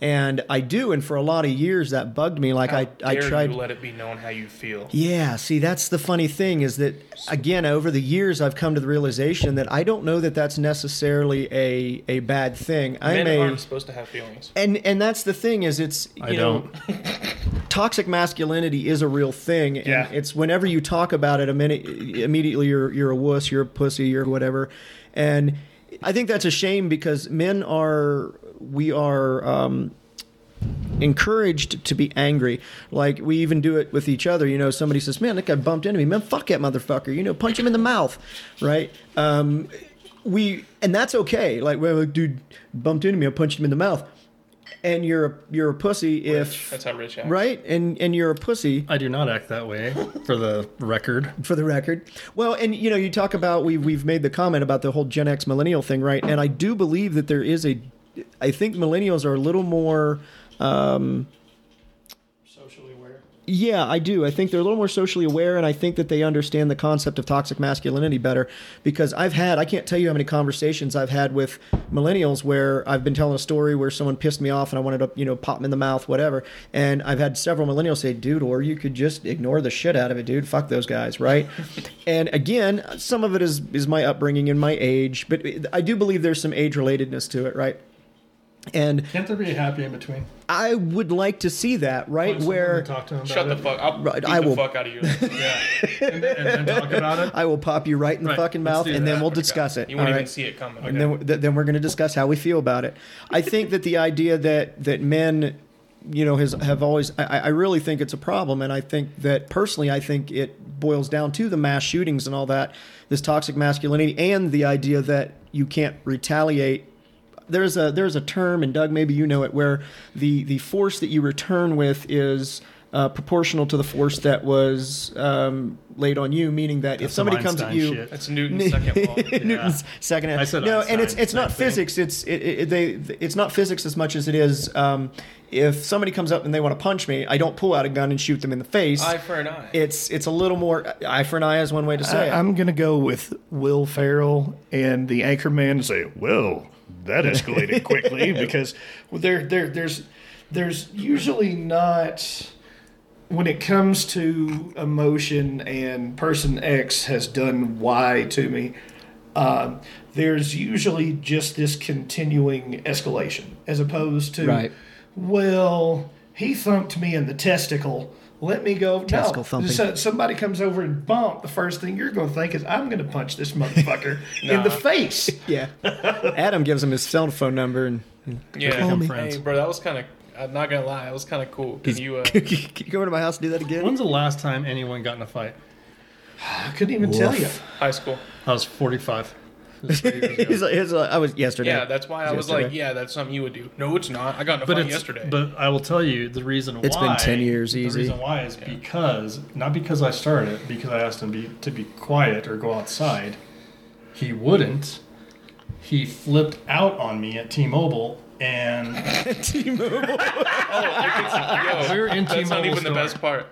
and I do and for a lot of years that bugged me like I,
How
I
dare
tried
you let it be known how you feel.
yeah see that's the funny thing is that again over the years I've come to the realization that I don't know that that's necessarily a a bad thing I'm
Men
a
aren't supposed to have feelings.
and and that's the thing is it's you
I
know
don't.
toxic masculinity is a real thing and
Yeah.
it's whenever you talk about it a minute immediately you're you're a wuss you're a pussy you're whatever and i think that's a shame because men are we are um encouraged to be angry like we even do it with each other you know somebody says man that guy bumped into me man fuck that motherfucker you know punch him in the mouth right um we and that's okay like well dude bumped into me i punched him in the mouth and you're a, you're a pussy if
That's how Rich acts.
right, and and you're a pussy
I do not act that way, for the record.
for the record. Well, and you know, you talk about we we've made the comment about the whole Gen X millennial thing, right? And I do believe that there is a, I think millennials are a little more.
Socially aware.
Yeah, I do. I think they're a little more socially aware, and I think that they understand the concept of toxic masculinity better because I've had, I can't tell you how many conversations I've had with millennials where I've been telling a story where someone pissed me off and I wanted to, you know, pop them in the mouth, whatever. And I've had several millennials say, dude, or you could just ignore the shit out of it, dude. Fuck those guys, right? and again, some of it is, is my upbringing and my age, but I do believe there's some age relatedness to it, right? And
Can't there be a happy in between?
I would like to see that, right? Where.
talk to him about
Shut the
it,
fuck. I'll
Right,
beat
I will-
the fuck
[laughs]
out of you.
and, and then talk about it.
I will pop you right in the
Right,
fucking
let's
mouth,
do
and
that.
then we'll
Okay.
discuss it.
You won't
all
even
right?
see it coming.
And then, th- then we're going to discuss how we feel about it. I think that the idea that that men, you know, has have always. I, I- I really think it's a problem, and I think that personally, I think it boils down to the mass shootings and all that, this toxic masculinity, and the idea that you can't retaliate there's a there's a term, and Doug, maybe you know it, where the the force that you return with is uh, proportional to the force that was um, laid on you. Meaning that if
That's some
somebody comes at
Einstein
you,
shit.
That's
[laughs]
Newton's second law.
Newton's second.
I said
no,
Einstein,
and it's it's
same
not
thing.
physics. It's it, it, they it's not physics as much as it is. Um, if somebody comes up and they want to punch me, I don't pull out a gun and shoot them in the face.
Eye for an eye.
it's it's a little more eye for an eye is one way to say
I,
it.
I'm gonna go with Will Farrell and the Anchorman and say, "Well,
[laughs]
that escalated quickly because there, there, there's, there's usually not when it comes to emotion and person X has done Y to me. Um, there's usually just this continuing escalation as opposed to,
Right.
well, he thumped me in the testicle. Let me go.
Testicle
no,
thumping.
so- somebody comes over and bump, the first thing you're going to think is, I'm going to punch
[laughs]
this motherfucker in the face.
yeah, Adam gives him his cell phone number and [laughs]
yeah.
Become friends.
Hey, bro, that was kind of. I'm not gonna lie, that was kind of cool. Can you? Uh,
can you come over to my house and do that again?
When's the last time anyone got in a fight?
I couldn't even tell you.
high school.
I was 45. It was three years ago.
[laughs] He's like, he's like, I was yesterday. [laughs]
Yeah, that's why I was
Yesterday.
like, yeah, that's something you would do. No, it's not. I got in a
but
fight
it's,
yesterday.
But I will tell you the reason
It's been
why.
10 years, easy.
The reason why is because not because I started it, because I asked him be, to be quiet or go outside. He wouldn't. He flipped out on me at T-Mobile, and we were in
that's
T-Mobile.
not even the
store.
best part.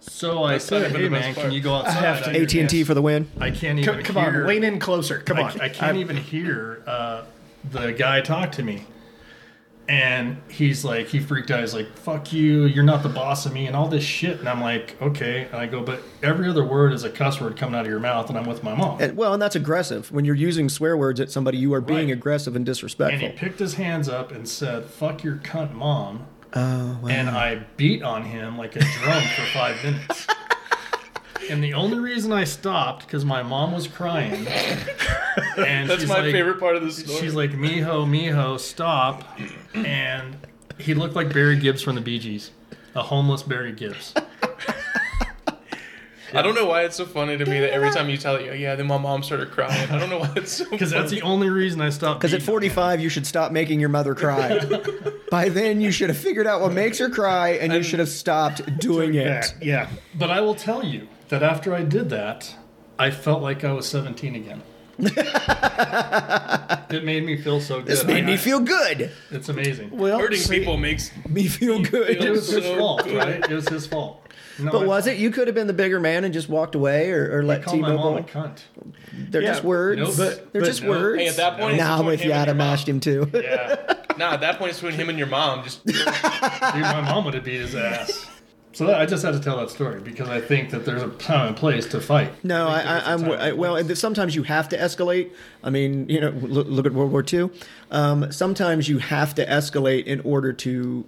So I
not
said,
even
"Hey
the best
man, can
part.
you go outside?" I
AT and T for the win.
I can't
Come,
even.
come
hear-
on, lean in closer. Come
I,
on.
I can't even hear uh, the guy talk to me. And he's like, he freaked out. He's like, fuck you. You're not the boss of me and all this shit. And I'm like, okay. And I go, but every other word is a cuss word coming out of your mouth. And I'm with my mom.
And- well, and that's aggressive. When you're using swear words at somebody, you are being
Right.
aggressive and
And he
disrespectful.
picked his hands up and said, fuck your cunt mom.
Oh, wow.
And I beat on him like a drum for five [laughs] minutes. And the only reason I stopped because my mom was
[laughs]
crying. And
That's
she's
my
like,
favorite part of the story.
She's like, Miho, Miho, stop. And he looked like Barry Gibbs from the Bee Gees, a homeless Barry Gibbs.
I don't know why it's so funny to me that every time you tell it, yeah, then my mom started crying. I don't know why it's so.
Because
[laughs]
that's the only reason I stopped.
Because at
beating him.
45, you should stop making your mother [laughs] cry. By then, you should have figured out what makes her cry, and you should have stopped doing it.
yeah.
But I will tell you that after I did that, I felt like I was 17
[laughs]
again. it made me feel so good.
This made
I-
me
I-
feel good.
It's amazing.
Well,
hurting
see,
people makes
me feel good. [laughs]
It was his
so
fault,
good.
right? It was his fault. No,
But
I-
was it? You could have been the bigger man and just walked away, or, or
I
let
called my mom a
T-Mobile.
cunt.
They're
Yeah,
just words.
nope. But-
They're
but
just
no.
words.
Hey, at that point, it's
nah, I'm
between
with
him
you.
and
I'd
your
have
mom.
mashed him too.
Yeah.
Nah, at that point, it's between him and your mom. Just
Dude, my mom would have beat his ass. So that, I just had to tell that story because I think that there's a time and place to fight.
No, I, I, I'm I, well. And sometimes you have to escalate. I mean, you know, look, look at World War II. Um, sometimes you have to escalate in order to.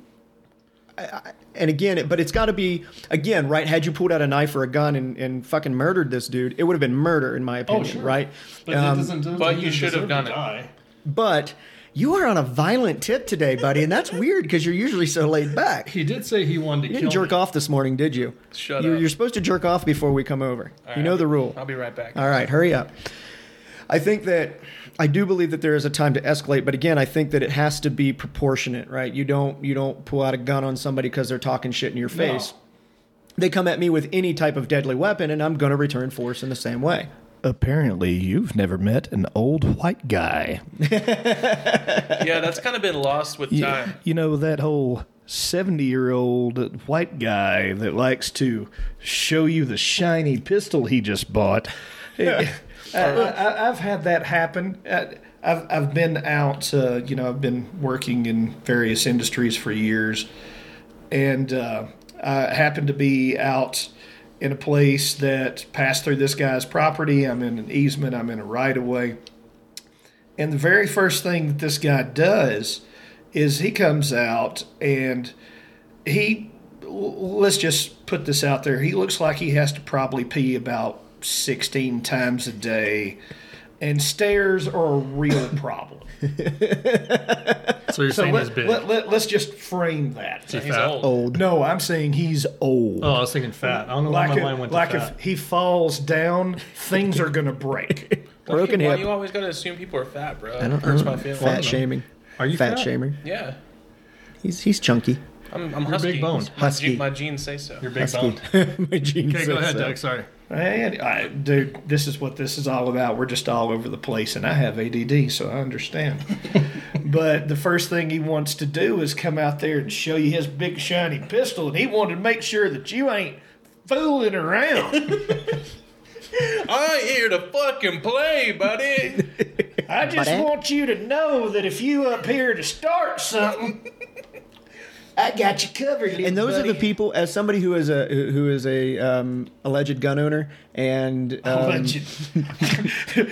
I, I, and again, it, but it's got to be again, right? Had you pulled out a knife or a gun and, and fucking murdered this dude, it would have been murder, in my opinion,
Oh, sure.
right?
But
Um,
that doesn't, doesn't
but
mean
you should
deserve
have done
to
it.
die.
But you are on a violent tip today, buddy, and that's weird because you're usually so laid back.
He did say he wanted to
You
kill
didn't jerk
me.
off this morning, did you?
Shut
you're,
up.
You're supposed to jerk off before we come over. you know the rule.
I'll be right back.
All right, hurry up. I think that I do believe that there is a time to escalate, but again, I think that it has to be proportionate, right? You don't you don't pull out a gun on somebody because they're talking shit in your face. They come at me with any type of deadly weapon, and I'm going to return force in the same way.
Apparently, you've never met an old white guy.
Yeah, that's kind of been lost with
You,
time.
you know, that whole 70 year old white guy that likes to show you the shiny pistol he just bought. I, I, I've had that happen. I, I've, I've been out, uh, you know, I've been working in various industries for years. and uh, I happened to be out in a place that passed through this guy's property. I'm in an easement, I'm in a right of way. And the very first thing that this guy does is he comes out and he, l- let's just put this out there, he looks like he has to probably pee about 16 times a day. And stairs are
[laughs]
a real problem.
So you're
so
saying he's
let,
big.
let, let, let's just frame that.
Is he
He's
fat?
old.
Old.
No, I'm saying he's old.
Oh, I was thinking fat. I don't know why
like
my
if-
mind went
like
to fat.
if he falls down, things are
[laughs]
gonna break.
Broken
Why
hip.
you always gotta assume people are fat, bro?
I
It
don't- I
hurts
don't-
my feelings.
Fat shaming.
Are you
fat
fat?
shaming?
Yeah,
He's he's chunky.
I'm, I'm
You're
husky.
big boned.
My,
Husky.
ge- my genes say so.
You're big
That's [laughs]
boned.
good. My genes
Okay, go
said
ahead,
so.
Doug. Sorry.
and I, dude, this is what this is all about. We're just all over the place, and I have ADD, so I [laughs] understand. but the first thing he wants to do is come out there and show you his big shiny pistol, and he wanted to make sure that you ain't fooling [laughs] around.
I ain't here to fucking play, buddy.
I just
Buddy.
want you to know that if you up here to start something, I got you covered.
And those are the people. As somebody who is a who who is a um, alleged gun owner and um,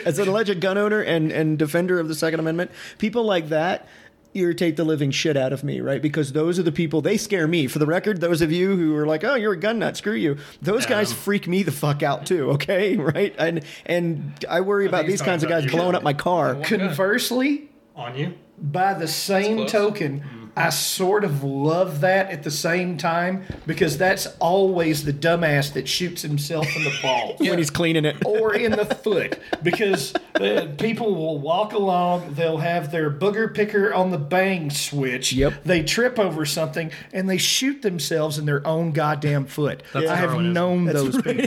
as an alleged gun owner and, and defender of the Second Amendment, people like that irritate the living shit out of me, right? Because those are the people they scare me. For the record, those of you who are like, "Oh, you're a gun nut, screw you," those guys freak me the fuck out too. Okay, [laughs] right? And and I worry about
he's
these kinds of
talking about
guys
you.
blowing up my
Um,
car.
Conversely,
On you?
by the same
close.
token, I sort of love that at the same time because that's always the dumbass that shoots himself in the ball
[laughs] When he's cleaning it.
or in the foot because uh, people will walk along, they'll have their booger picker on the bang switch.
Yep.
They trip over something and they shoot themselves in their own goddamn foot.
That's
I have
Darwinism.
known those people.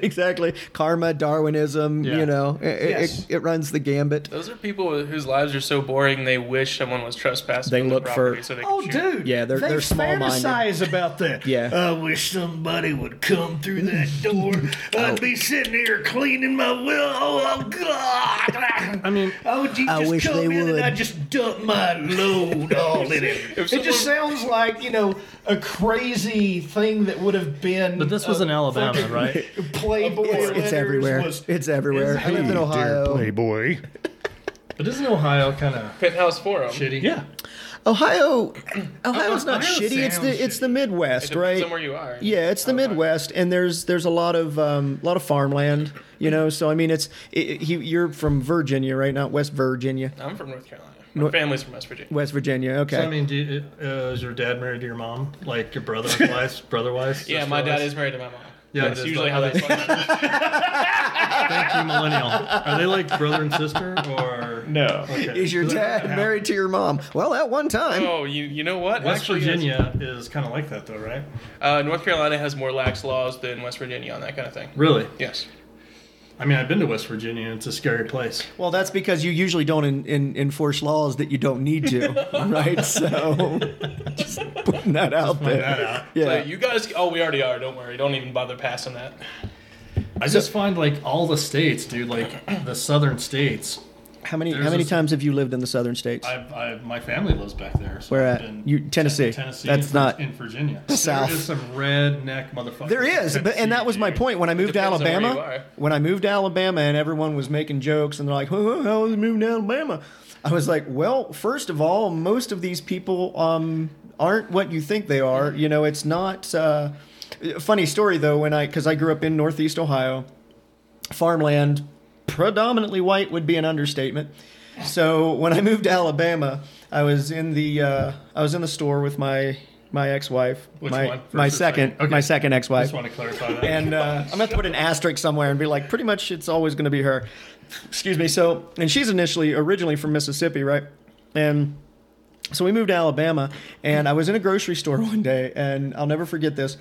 exactly. Karma, Darwinism,
Yeah.
you know, it, it-
Yes.
it, it runs the gambit.
[laughs] Those are people whose lives are so boring they wish someone was trespassing.
They
on their
look for-
property so they
Oh,
can shoot.
dude.
Yeah, they're-
they
they're small-minded.
fantasize about that.
Yeah.
I wish somebody would come through that
[laughs]
door.
Oh.
I'd be sitting here cleaning my will. Oh, oh,
[laughs]
God.
I mean,
I would you
I
just
wish
come
they
in and
would.
I just dump my
[laughs]
load all in it.
If
it just sounds like you know a crazy thing that would have been.
But this was in Alabama, right?
[laughs] Playboy.
It's,
letters
it's everywhere.
Was,
it's everywhere. I live in
Oh.
Ohio.
Playboy.
[laughs] But isn't Ohio kind of
Penthouse Forum.
shitty?
Yeah.
Ohio, Ohio's not
Oh, Ohio
shitty. It's
sounds
the it's
shitty.
the
It
Midwest,
depends
right?
on where you are.
Yeah, it's the Midwest, and there's there's a lot of um, lot of farmland, you know. So I mean, it's it, it- he, you're from Virginia, right? Not West Virginia,
I'm from North Carolina. My family's from West Virginia.
West Virginia. Okay.
So, I mean, do you, uh, is your dad married to your mom? Like your
[laughs]
brother, wife, brother, wife?
Yeah, my dad is married to my mom.
Yeah,
that's
it is,
usually
but
how
how
they.
they- Thank you, millennial. Are they like brother and sister, or
No.
Okay. [laughs]
Is your
Because
dad married to your mom? Well, at one time,
Oh, you you know what?
West
Actually, yes.
Virginia is kind of like that, though, right?
Uh, North Carolina has more lax laws than West Virginia on that kind of thing.
Really?
Yes.
I mean, I've been to West Virginia, and it's a scary
[laughs]
place.
well, that's because you usually don't in, in, enforce laws that you don't need to, right? So just putting that out
Find
there.
that out.
Yeah.
So you guys, oh, we already are. Don't worry. Don't even bother passing that.
I just find like all the states, dude, like the southern states.
how many how
there's
many
this-
times have you lived in the southern states?
I, I my family lives back there. So
Where
I've
at?
been
You-
to
Tennessee.
Tennessee.
That's
and
not-
in Virginia.
[laughs] South.
There is some redneck motherfucker.
There is, but and that was my point when I moved to
depends on where you
Alabama.
are.
When I moved to Alabama, and everyone was making jokes, and they're like, "Oh, how is moving to Alabama?" I was like, "Well, first of all, most of these people um, aren't what you think they are. You know, it's not." Uh, funny story though, when I because I grew up in Northeast Ohio, farmland, predominantly white would be an understatement. So when I moved to Alabama, I was in the uh, I was in the store with my my ex-wife,
Which
my
one? First
my
or
second,
second? Okay.
my second
I
ex-wife
just want to clarify that.
and uh, I'm gonna have to put an asterisk somewhere and be like, pretty much, it's always gonna be her. excuse me. So, and she's initially originally from Mississippi, right? And so we moved to Alabama, and I was in a grocery store [laughs] one day, and I'll never forget this.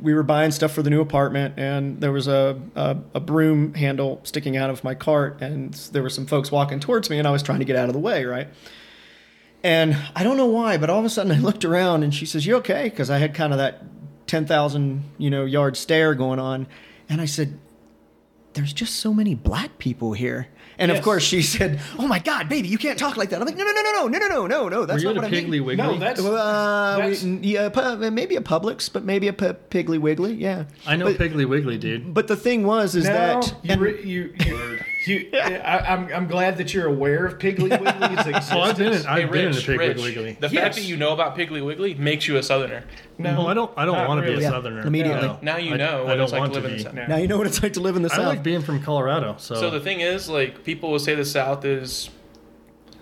We were buying stuff for the new apartment, and there was a, a, a broom handle sticking out of my cart, and there were some folks walking towards me, and I was trying to get out of the way, right? And I don't know why, but all of a sudden I looked around and she says, You okay? Because I had kind of that 10,000 you know, yard stare going on. And I said, There's just so many black people here. And of
Yes.
course she said, Oh my God, baby, you can't talk like that. I'm like, No, no, no, no, no, no, no, no, no, no. That's
Were you
not
at
what
a
I
Piggly
mean.
Wiggly?
No, that's
Uh, we-
That's-
n- yeah, pu- maybe a Publix, but maybe a p- Piggly Wiggly. Yeah.
I know Piggly Wiggly, dude.
But the thing was, is
now
that.
you,
and-
re- you you you. I, I'm I'm glad that you're aware of Piggly
[laughs]
Wiggly's existence.
Well, I've been in, I've
Hey,
been in a
Rich,
Piggly
Rich,
Wiggly.
The
Yes.
fact that you know about Piggly Wiggly makes you a Southerner.
No, I don't. I don't
not
want to
really.
be a
Yeah,
southerner.
immediately.
No.
Now you
I-
know
I
what
don't
it's like
want
to live
to
in the
be.
South.
No.
now you know what it's like to live in the
I
South.
like being from Colorado, so,
So the thing is, like, people will say the South is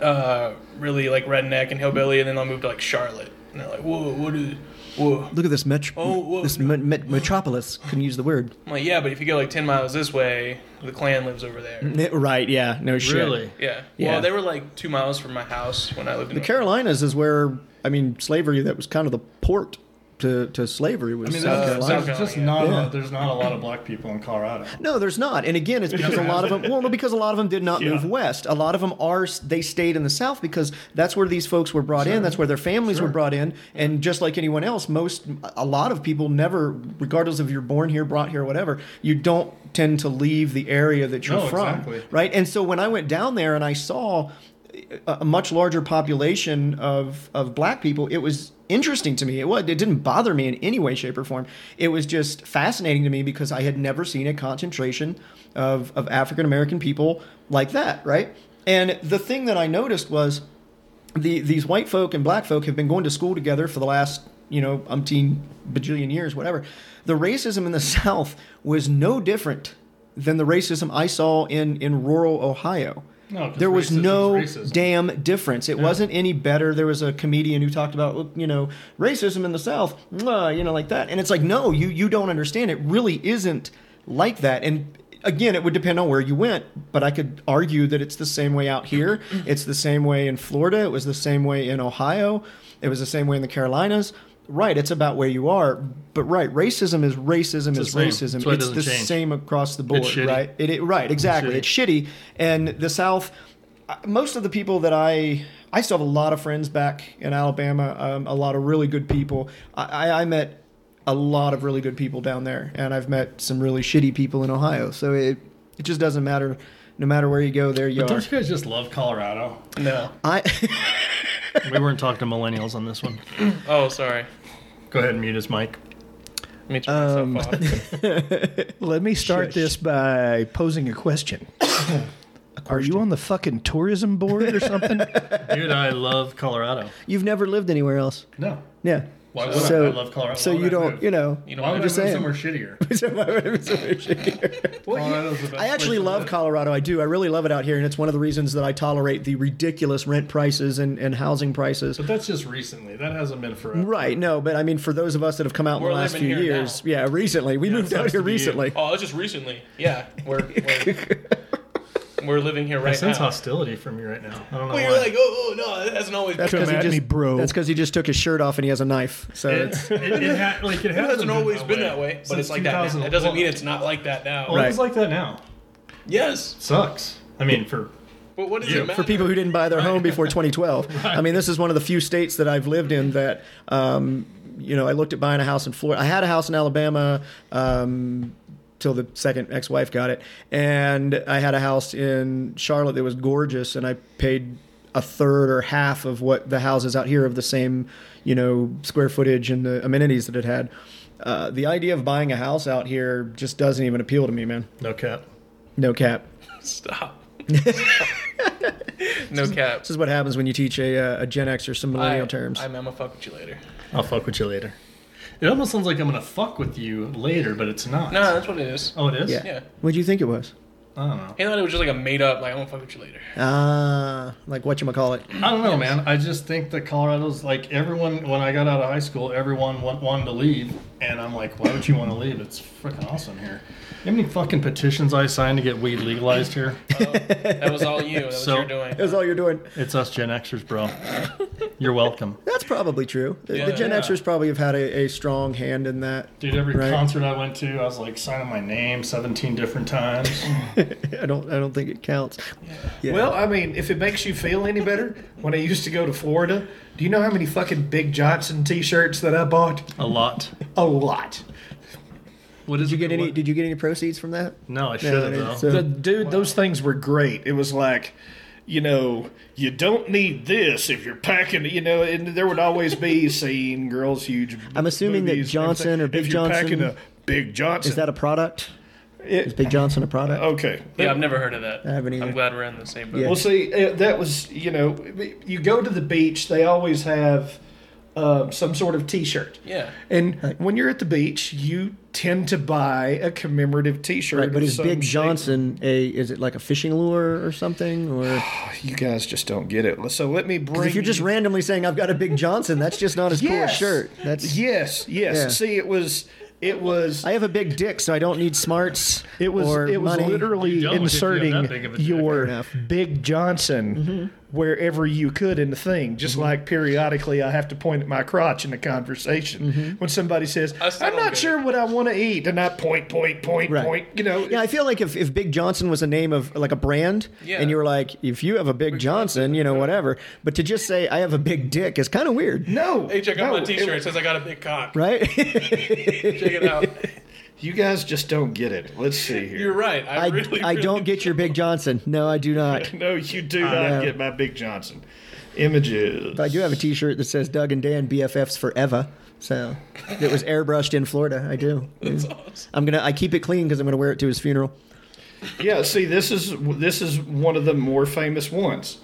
uh, really like redneck and hillbilly, and then they'll move to like Charlotte, and they're like, "Whoa, what is? Whoa."
Look at this metro.
Oh, whoa,
this
no.
me- met- metropolis. Couldn't use the word.
I'm like, "Yeah, but if you go like ten miles this way, the clan lives over
Mm.
there."
Right? Yeah. No shit.
really,
Yeah.
Yeah.
Well, they were like two miles from my house when I lived in
The Carolinas is where I mean slavery. That was kind of the port to, to slavery was
I mean, uh,
South
there's,
Carolina.
there's
South
just not
Carolina,
yeah.
a, there's not a lot of black people in Colorado.
No, there's not. And again, it's because a lot of them. Well, no, because a lot of them did not move
Yeah.
west. A lot of them are. They stayed in the South because that's where these folks were brought in. That's where their families were brought in. And just like anyone else, most a lot of people never, regardless of you're born here, brought here, whatever, you don't tend to leave the area that you're
No,
from,
exactly.
right? And so when I went down there and I saw a a much larger population of of black people, it was interesting to me. It was it didn't bother me in any way, shape, or form. It was just fascinating to me because I had never seen a concentration of of African American people like that, right? And the thing that I noticed was the these white folk and black folk have been going to school together for the last you know umpteen bajillion years, whatever. The racism in the [laughs] South was no different than the racism I saw in in rural Ohio.
No, Oh, 'cause
there was
racism's
no
racism.
damn difference. It wasn't any better. There was a comedian who talked about "Look, you know racism in the South, mwah," you know like that, and it's like no, you you don't understand. It really isn't like that, and. Again, it would depend on where you went, but I could argue that it's the same way out here. It's the same way in Florida. It was the same way in Ohio. It was the same way in the Carolinas. Right, it's about where you are, but right, racism is racism is
the same.
racism.
That's why it
it's
doesn't
the
change.
same across the board,
shitty.
right? It, it- right, exactly.
shitty.
It's shitty. And the South, I- most of the people that I, I still have a lot of friends back in Alabama, um, a lot of really good people. I, I, I met a lot of really good people down there, and I've met some really shitty people in Ohio. So it, it just doesn't matter. No matter where you go, there you are.
Don't you guys just love Colorado?
No.
I,
we weren't talking to millennials on this one.
Oh, sorry.
Go ahead and mute his mic.
Let me turn myself
Um,
off.
Let me [laughs] start
[laughs]
this by posing a
[coughs]
question. Are you on the fucking tourism board or something?
Dude, I love Colorado.
you've never lived anywhere else.
No.
Yeah.
Why would
So,
I? I love Colorado.
so
Why would
you
I
don't,
move?
[laughs] you know.
[laughs]
You
Why
know,
would
I'm
I
just
move
saying.
somewhere shittier?
[laughs]
Colorado's the best
I
place
actually
to
love
live.
Colorado. I do. I really love it out here, and it's one of the reasons that I tolerate the ridiculous rent prices and, and housing prices.
But that's just recently. That hasn't been forever.
Right. No, but I mean, for those of us that have come out in
We're
the last
living
few
here
years, yeah, recently we moved out
sucks
here
to be you.
recently.
Oh, it's just recently. Yeah, we're
[laughs]
we're, we're living here
I
right
sense
now.
hostility from you right now. I don't know.
Well,
why.
you're like, oh, oh no, that hasn't always.
That's
Come
because he
at
just
me, bro.
that's 'cause he just took his shirt off and he has a knife. So
It's,
it's
it, it ha- like it
It
hasn't
hasn't always been that way, but
since
it's like that. now. It
2001.
doesn't mean it's not like that now.
Well,
Right.
It's like that now.
Yes,
Sucks. I mean, for
but what does
Yeah,
it matter?
for people who didn't buy their home before
[laughs]
2012. I mean, this is one of the few states that I've lived in that, um, you know, I looked at buying a house in Florida. I had a house in Alabama um, till the second ex wife got it. And I had a house in Charlotte that was gorgeous, and I paid a third or half of what the houses out here of the same, you know, square footage and the amenities that it had. Uh, the idea of buying a house out here just doesn't even appeal to me, man.
no cap.
No cap.
Stop. no cap.
This is what happens when you teach a, uh, a Gen X or some millennial
I,
terms.
I'm, I'm gonna fuck with you later.
I'll fuck with you later. It almost sounds like I'm gonna fuck with you later, but it's not.
No, that's what it is.
Oh, it is.
Yeah.
Yeah.
What'd you think it was?
I don't know.
He thought it was just like a made up, like I'm gonna fuck with you later.
Ah, like what you call it?
I don't know, man. I just think that Colorado's like everyone. When I got out of high school, everyone wa- wanted to leave, and I'm like, why would you want to leave? It's freaking awesome here. You know how many fucking petitions I signed to get weed legalized here?
That was all you. That was
So-
your doing.
That's all you're doing.
It's us Gen Xers, bro. You're welcome.
That's probably true. The, the
Yeah.
Gen
Yeah.
Xers probably have had a, a strong hand in that. [laughs]
Dude, every
Right.
concert I went to, I was like signing my name 17 different times.
I don't. I don't think it counts. Yeah.
Well, I mean, if it makes you feel any better, when I used to go to Florida, do you know how many fucking Big Johnson T-shirts that I bought?
A lot.
A lot.
What did
Did you get any? Did you get any proceeds from that?
No, I should have,
I mean,
though.
so-
The, dude, those things were great. It was like, you know, you don't need this if you're packing. You know, and there would always [laughs] be seen girls huge.
I'm assuming that
boobies and
Johnson
everything.
or Big
if you're Packing
Johnson-
a Big Johnson.
Is that a product?
It- Oh,
Is Big Johnson a product?
okay?
Yeah, I've never heard of that.
I haven't either.
I'm glad we're in the same boat.
Yeah.
Well, see, uh, that was you know, you go to the beach, they always have um, some sort of T-shirt.
Yeah.
And when you're at the beach, you tend to buy a commemorative T-shirt.
Right, but
of
is
some
Big
shape.
Johnson a? Is it like a fishing lure or something? Or 'cause
You guys just don't get it. So let me bring.
if you're just
you-
randomly saying I've got a Big Johnson, that's just not as cool a shirt. That's.
yes, yes.
Yeah.
See, it was, it was,
I have a big dick, so I don't need smarts.
it was,
or
it was
money.
You
literally
don't if you have that
inserting
big of a dick.
Fair
your
enough. Mm-hmm.
Big Johnson wherever you could in the thing. Just like periodically, I have to point at my crotch in a conversation
Mm-hmm.
when somebody says,
I still
"I'm
don't
not
get
sure what I want to eat," and I point, point, point,
Right.
point. You know,
Yeah, I feel like if, if Big Johnson was a name of like a brand,
Yeah.
and you were like, if you have a Big, Johnson, you know, whatever. But to just say I have a big dick is kind of weird,
no.
Hey, check
no,
out my T-shirt.
it-
It says I got a big cock.
right?
[laughs] Check it out.
You guys just don't get it. Let's see here.
You're right.
[laughs] I,
I, really,
I
really
don't get your Big Johnson. No, I do not.
No, you do not
know.
get my Big Johnson images.
But I do have a T-shirt that says Doug and Dan BFFs forever. So it was airbrushed in Florida. I
[laughs]
do. I'm gonna. I keep it clean because I'm gonna wear it to his funeral.
Yeah, see, this is this is one of the more famous ones.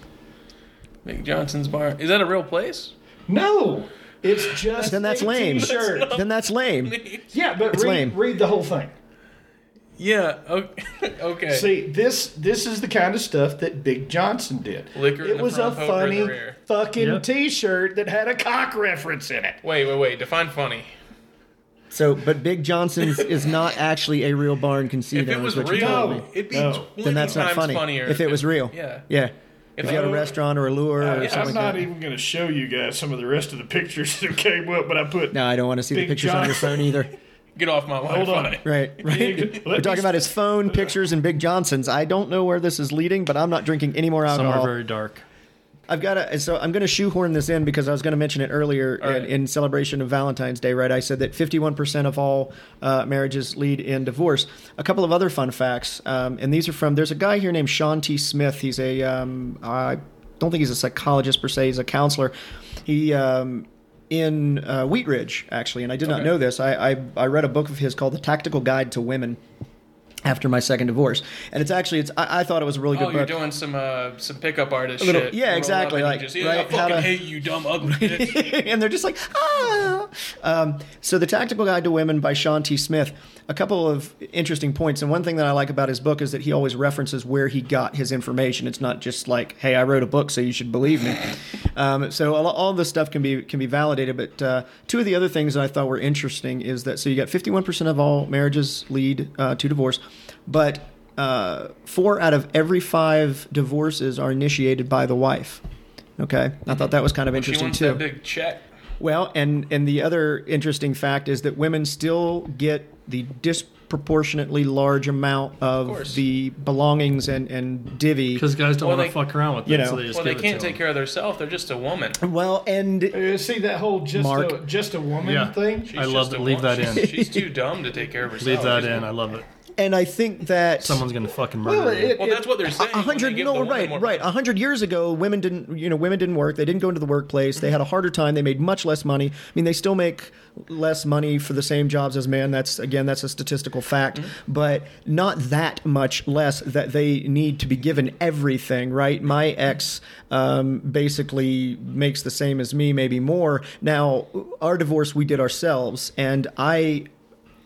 Big Johnson's Bar. Is that a real place?
No, it's just
Then that's
a
lame.
T-shirt.
Then that's
[laughs]
lame.
Yeah, but
It's
read,
lame.
read the whole thing.
Yeah. Okay. [laughs] okay.
See, this this is the kind of stuff that Big Johnson did.
Liquor in
it
the
was
front,
a
poker in the
funny
rear.
fucking
Yep.
T-shirt that had a cock reference in it.
Wait, wait, wait. Define funny.
So, but Big Johnson's is not actually a real barn
If
conceived
it
on.
was
Is what you
real,
told me.
it'd be
No.
20
Then that's not
times
funny.
funnier.
If it was real.
Yeah.
Yeah.
If,
If you had a restaurant or a lure or
yeah,
something
I'm
like
not
that.
even going to show you guys some of the rest of the pictures that came up, but I put.
No, I don't want to see the
Big
pictures on your
Johnson. [laughs]
phone either.
Get off my Wi-Fi.
Hold on.
Right, right.
Let
We're
me
talking about his phone, pictures, and Big Johnson's. I don't know where this is leading, but I'm not drinking any more
Some are
alcohol.
very dark.
I've got to, so I'm going to shoehorn this in because I was going to mention it earlier in,
right.
in celebration of Valentine's Day, right? I said that 51% of all uh, marriages lead in divorce. A couple of other fun facts, um, and these are from, there's a guy here named Sean T. Smith. He's a, um, I don't think he's a psychologist per se, he's a counselor. He, um, in uh, Wheat Ridge, actually, and I did not know this. I, I, I read a book of his called The Tactical Guide to Women after my second divorce. And it's actually, it's I, I thought it was a really good
Oh,
book.
you're doing some uh, some pickup artist
A little-
shit.
yeah,
Roll up
exactly,
and you
like,
just, yeah, I
right, how
fucking
to-
hate you, dumb
[laughs]
ugly bitch.
and they're just like, ah. Um, so, The Tactical Guide to Women by Sean T. Smith, a couple of interesting points. And one thing that I like about his book is that he always references where he got his information. It's not just like, hey, I wrote a book, so you should believe
[laughs]
me. Um, so, all, all this stuff can be can be validated. But uh, two of the other things that I thought were interesting is that so you got 51% of all marriages lead uh, to divorce, but uh, four out of every five divorces are initiated by the wife. Okay, I thought that was kind of
she
interesting
wants
too.
that big check.
Well, and and the other interesting fact is that women still get the disproportionately large amount of,
course.
the belongings and and divvy.
Because guys don't
Well,
want
they-
to fuck around with that,
you know.
so they just
Well, they
give
can't
it to
take care of themselves. They're just a woman.
Well, and
Uh, see that whole just a,
Mark.
just a woman
Yeah.
thing.
She's
I love
just
to
a
leave
woman.
that in.
[laughs] She's, she's too dumb to take care of herself.
Leave that
She's-
in. I love it.
and I think that
Someone's going to fucking murder
Well,
you.
it,
Well,
it-
that's what they're saying.
A
when they
hundred,
give the
no,
woman
right,
more-
right. A hundred years ago, women didn't, you know, women didn't work. They didn't go into the workplace. They had a harder time. They made much less money. I mean, they still make less money for the same jobs as men. That's again, that's a statistical fact,
Mm-hmm.
but not that much less that they need to be given everything, right? My ex um, basically makes the same as me, maybe more. Now, our divorce we did ourselves, and I.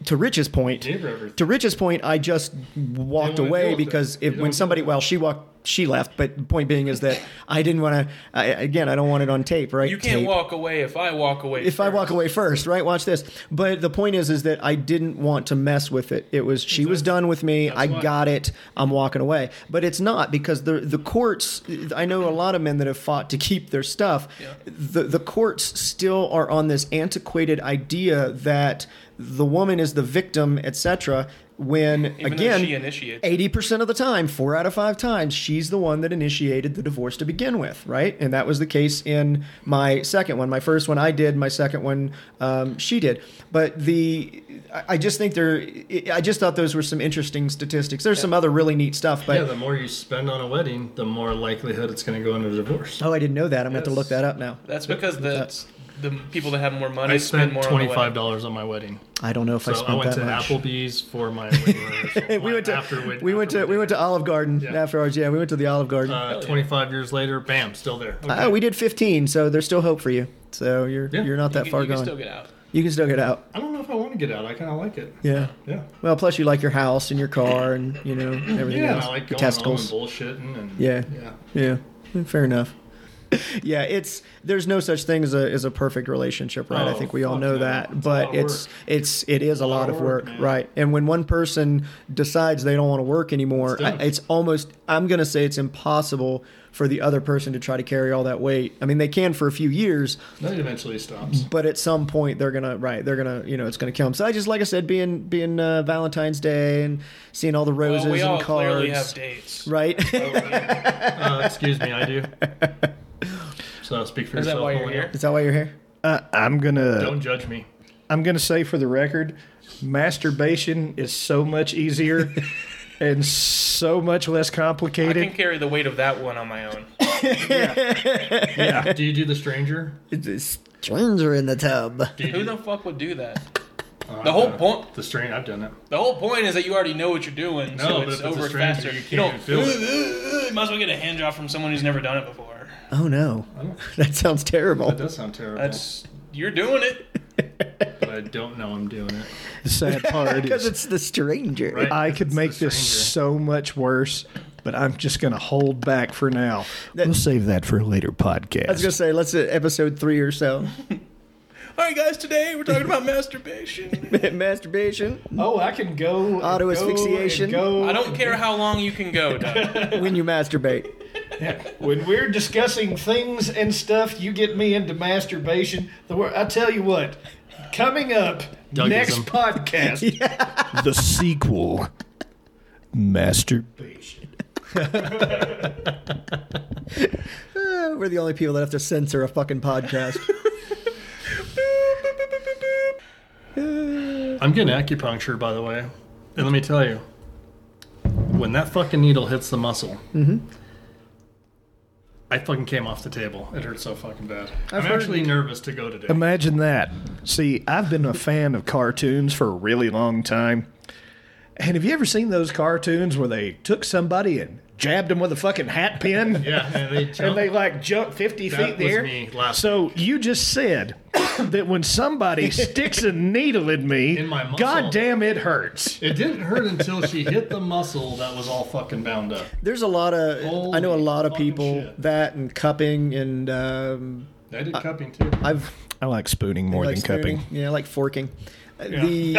To Rich's point,
Did everything.
to Rich's point, I just walked
wanna deal
away
with it.
because
You
if
don't-
when somebody, well, she walked she left. But the point being is that I didn't want to. Again, I don't want it on tape, right?
You can't
Tape.
walk away if I walk away.
If I
first.
walk away first, right? Watch this. But the point is, is that I didn't want to mess with it. It was she was done with me. I
why.
got it. I'm walking away. But it's not because the the courts. I know a lot of men that have fought to keep their stuff. The the courts still are on this antiquated idea that the woman is the victim, etc. When
Even though
again,
she initiates.
eighty percent of the time, four out of five times, she's the one that initiated the divorce to begin with, right? And that was the case in my second one. My first one I did. My second one um, she did. But the I- I just think there. I just thought those were some interesting statistics. There's some other really neat stuff, but
yeah, the more you spend on a wedding, the more likelihood it's going to go into divorce.
oh, I didn't know that. I'm gonna have to look that up now.
That's because the, the people that have more money
I
spend
spent
more
twenty
on
five dollars on my wedding,
I don't know if I
so
spent
I went
that
to
much.
Applebee's for my wedding. rehearsal.
[laughs] we went to
After
we,
after
went to we went to Olive Garden
Yeah.
after ours. Yeah, we went to the Olive Garden.
Uh, twenty five years later, bam, still there. Okay.
Uh, we did 15, so there's still hope for you. So you're
Yeah.
you're not
the
that
wedding. You
far
can- you
gone.
can still get out.
you can still get out.
I don't know if I want to get out. I kind of like it.
Yeah.
Yeah.
Well, plus you like your house and your car and you know everything
Yeah,
else.
I like
your
going
testicles.
home and bullshitting and
Yeah.
yeah.
yeah. Yeah, Fair enough. [laughs] yeah, it's there's no such thing as a as a perfect relationship, right? I
Oh,
think we all
fuck
know
no.
that.
It's a lot
but
of
it's
work.
it's it is a lot, of work,
man.
right? And when one person decides they don't want to work anymore,
It's
I-
done.
it's almost I'm going to say it's impossible for the other person to try to carry all that weight. I mean, they can for a few years,
That eventually
[laughs]
stops.
but at some point they're gonna right they're gonna you know it's gonna kill them so i just like i said being being uh, valentine's day and seeing all the roses
Well, we all
and
clearly have
cards
dates. Oh.
right
[laughs]
Uh, excuse me, I do. So speak for
Is that
yourself.
why you're
Melinda.
here?
is that why you're here
Uh, I'm gonna
Don't judge me.
I'm gonna say for the record, masturbation is so much
[laughs]
easier and so much less
I
complicated.
can carry the weight of that one on my own.
Do you do the stranger?
stranger in the tub
Do you
Who
do
the fuck would do that?
Oh,
The whole point.
the stranger? I've done that.
The whole point is that you already know what you're doing,
No,
so
but if
it's
it's a
over
stranger,
faster.
you can't
don't-
even feel it.
[laughs] "Ugh, ugh, ugh," might as well get a hand job from someone who's never done it before.
oh no [laughs]
don't-
that sounds terrible
That does sound terrible.
That's you're doing it.
but I don't know I'm doing it.
the
[laughs]
sad part
because
is
it's the stranger
Right.
I could
It's
make
the
this
stranger.
so much worse, but I'm just gonna hold back for now. we'll save that for a later podcast.
i was gonna say let's uh, episode three or so [laughs]
All right, guys. Today we're talking about
[laughs]
masturbation.
masturbation
Oh, I can go
Auto
go,
asphyxiation.
and Go,
I don't care how long you can
[laughs]
go. Doug.
when you masturbate
When we're discussing things and stuff, you get me into masturbation. The word I tell you what. Coming up
Dougism.
next podcast.
the sequel. Masturbation.
Uh, we're the only people that have to censor a fucking
[laughs]
podcast [sighs]
I'm getting acupuncture, by the way. And let me tell you, when that fucking needle hits the muscle, I fucking came off the table. It hurt so fucking bad. i am actually nervous to go today.
[laughs] Imagine that. See, I've been a fan of cartoons for a really long time. And have you ever seen those cartoons where they took somebody and jabbed them with a fucking hat
[laughs]
pin?
yeah, and they jump.
And they like jumped 50
That
feet
was
there.
me last-
So you just said [coughs] that when somebody sticks a needle in
[coughs]
me,
In my muscle.
God damn it hurts.
it didn't hurt until she hit the muscle that was all fucking bound up.
there's a lot of i know a
Holy
lot of
fucking
people
shit.
that and cupping and um,
I did cupping too.
i've
I like spooning more
like
than
spooning.
cupping.
Yeah, I like forking. Uh, The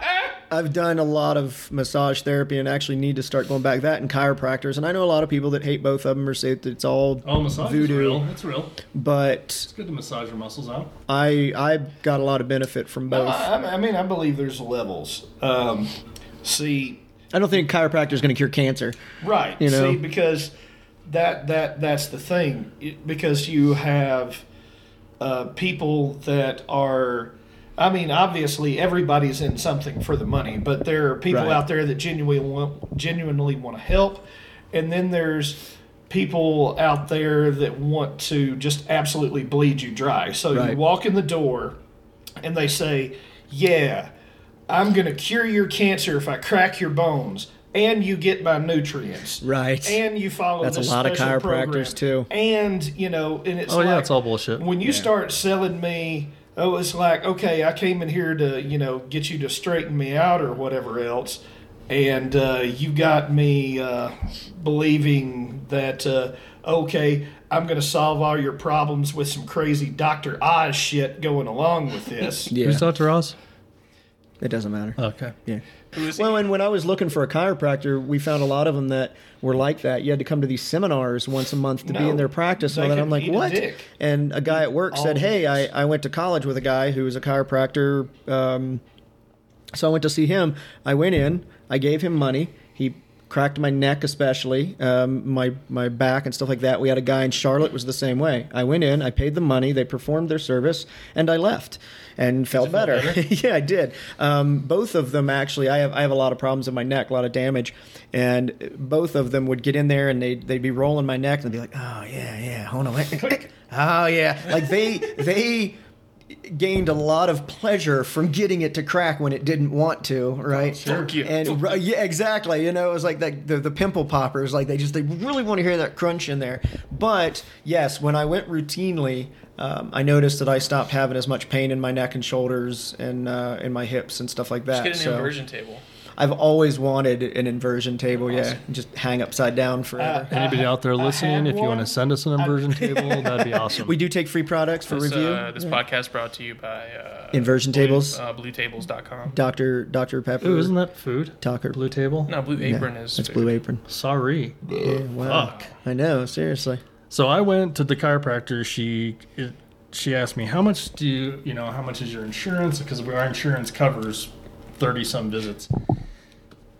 [laughs]
I've done a lot of massage therapy and actually need to start going back that and chiropractors. And I know a lot of people that hate both of them or say that it's all
Oh, massage
Voodoo.
is real. It's real.
But
It's good to massage your muscles out.
I I got a lot of benefit from
[laughs]
both.
I, Uh, I mean, I believe there's levels. Um, see,
I don't think chiropractor is going to cure cancer.
Right.
You know?
See, because that that that's the thing. It- Because you have uh, people that are. I mean, obviously, everybody's in something for the money, but there are people
Right.
out there that genuinely want, genuinely want to help, and then there's people out there that want to just absolutely bleed you dry. So
Right.
you walk in the door, and they say, "Yeah, I'm going to cure your cancer if I crack your bones, and you get my nutrients,
Right.
And you follow
That's a
this
lot of
special
chiropractors,
program.
too.
And you know, and it's
Oh, yeah,
like-
it's all bullshit.
When you start selling me, oh, it's like okay, I came in here to you know get you to straighten me out or whatever else. and uh, you got me uh, believing that uh, okay, I'm gonna solve all your problems with some crazy Doctor Oz shit going along with this.
[laughs] Yeah,
Who's Dr. Oz?
it doesn't matter.
Okay.
Yeah.
Who is he?
Well, and when I was looking for a chiropractor, we found a lot of them that were like that. You had to come to these seminars once a month to be
No,
in their practice. And all
they
that. I'm
could
like,
eat a
what?
dick.
And a guy at work said, hey, I, I went to college with a guy who was a chiropractor. Um, so I went to see him. I went in, I gave him money. He cracked my neck, especially um, my my back and stuff like that. We had a guy in Charlotte was the same way. I went in, I paid the money, they performed their service, and I left and felt better. [laughs] yeah, I did. Um, both of them actually. I have I have a lot of problems in my neck, a lot of damage, and both of them would get in there and they they'd be rolling my neck and they'd be like, oh yeah yeah, hold on, [laughs] oh yeah, like they they gained a lot of pleasure from getting it to crack when it didn't want to, right?
Oh, Fuck you.
And ri- yeah, exactly. You know, it was like that the, the pimple poppers. Like they just they really want to hear that crunch in there. But yes, when I went routinely, um, I noticed that I stopped having as much pain in my neck and shoulders and uh, in my hips and stuff like that.
Get an
so
inversion table.
I've always wanted an inversion table. Yeah, just hang upside down
Uh,
forever.
Anybody out there listening, if you want to send us an inversion table, that'd
[laughs]
be awesome.
we do take free products for
Ah. This,
review.
uh, this podcast brought to you by uh,
Inversion
Blue-
tables?
Uh, BlueTables.com.
Doctor Doctor Pepper.
Ooh, isn't that food?
Tucker.
Blue table?
No, Blue Apron is.
That's
food.
Blue Apron.
Sorry.
Yeah, Oh, wow.
Fuck.
I know, seriously.
So I went to the chiropractor. She it, she asked me how much do you, you know how much is your insurance because our insurance covers thirty some visits.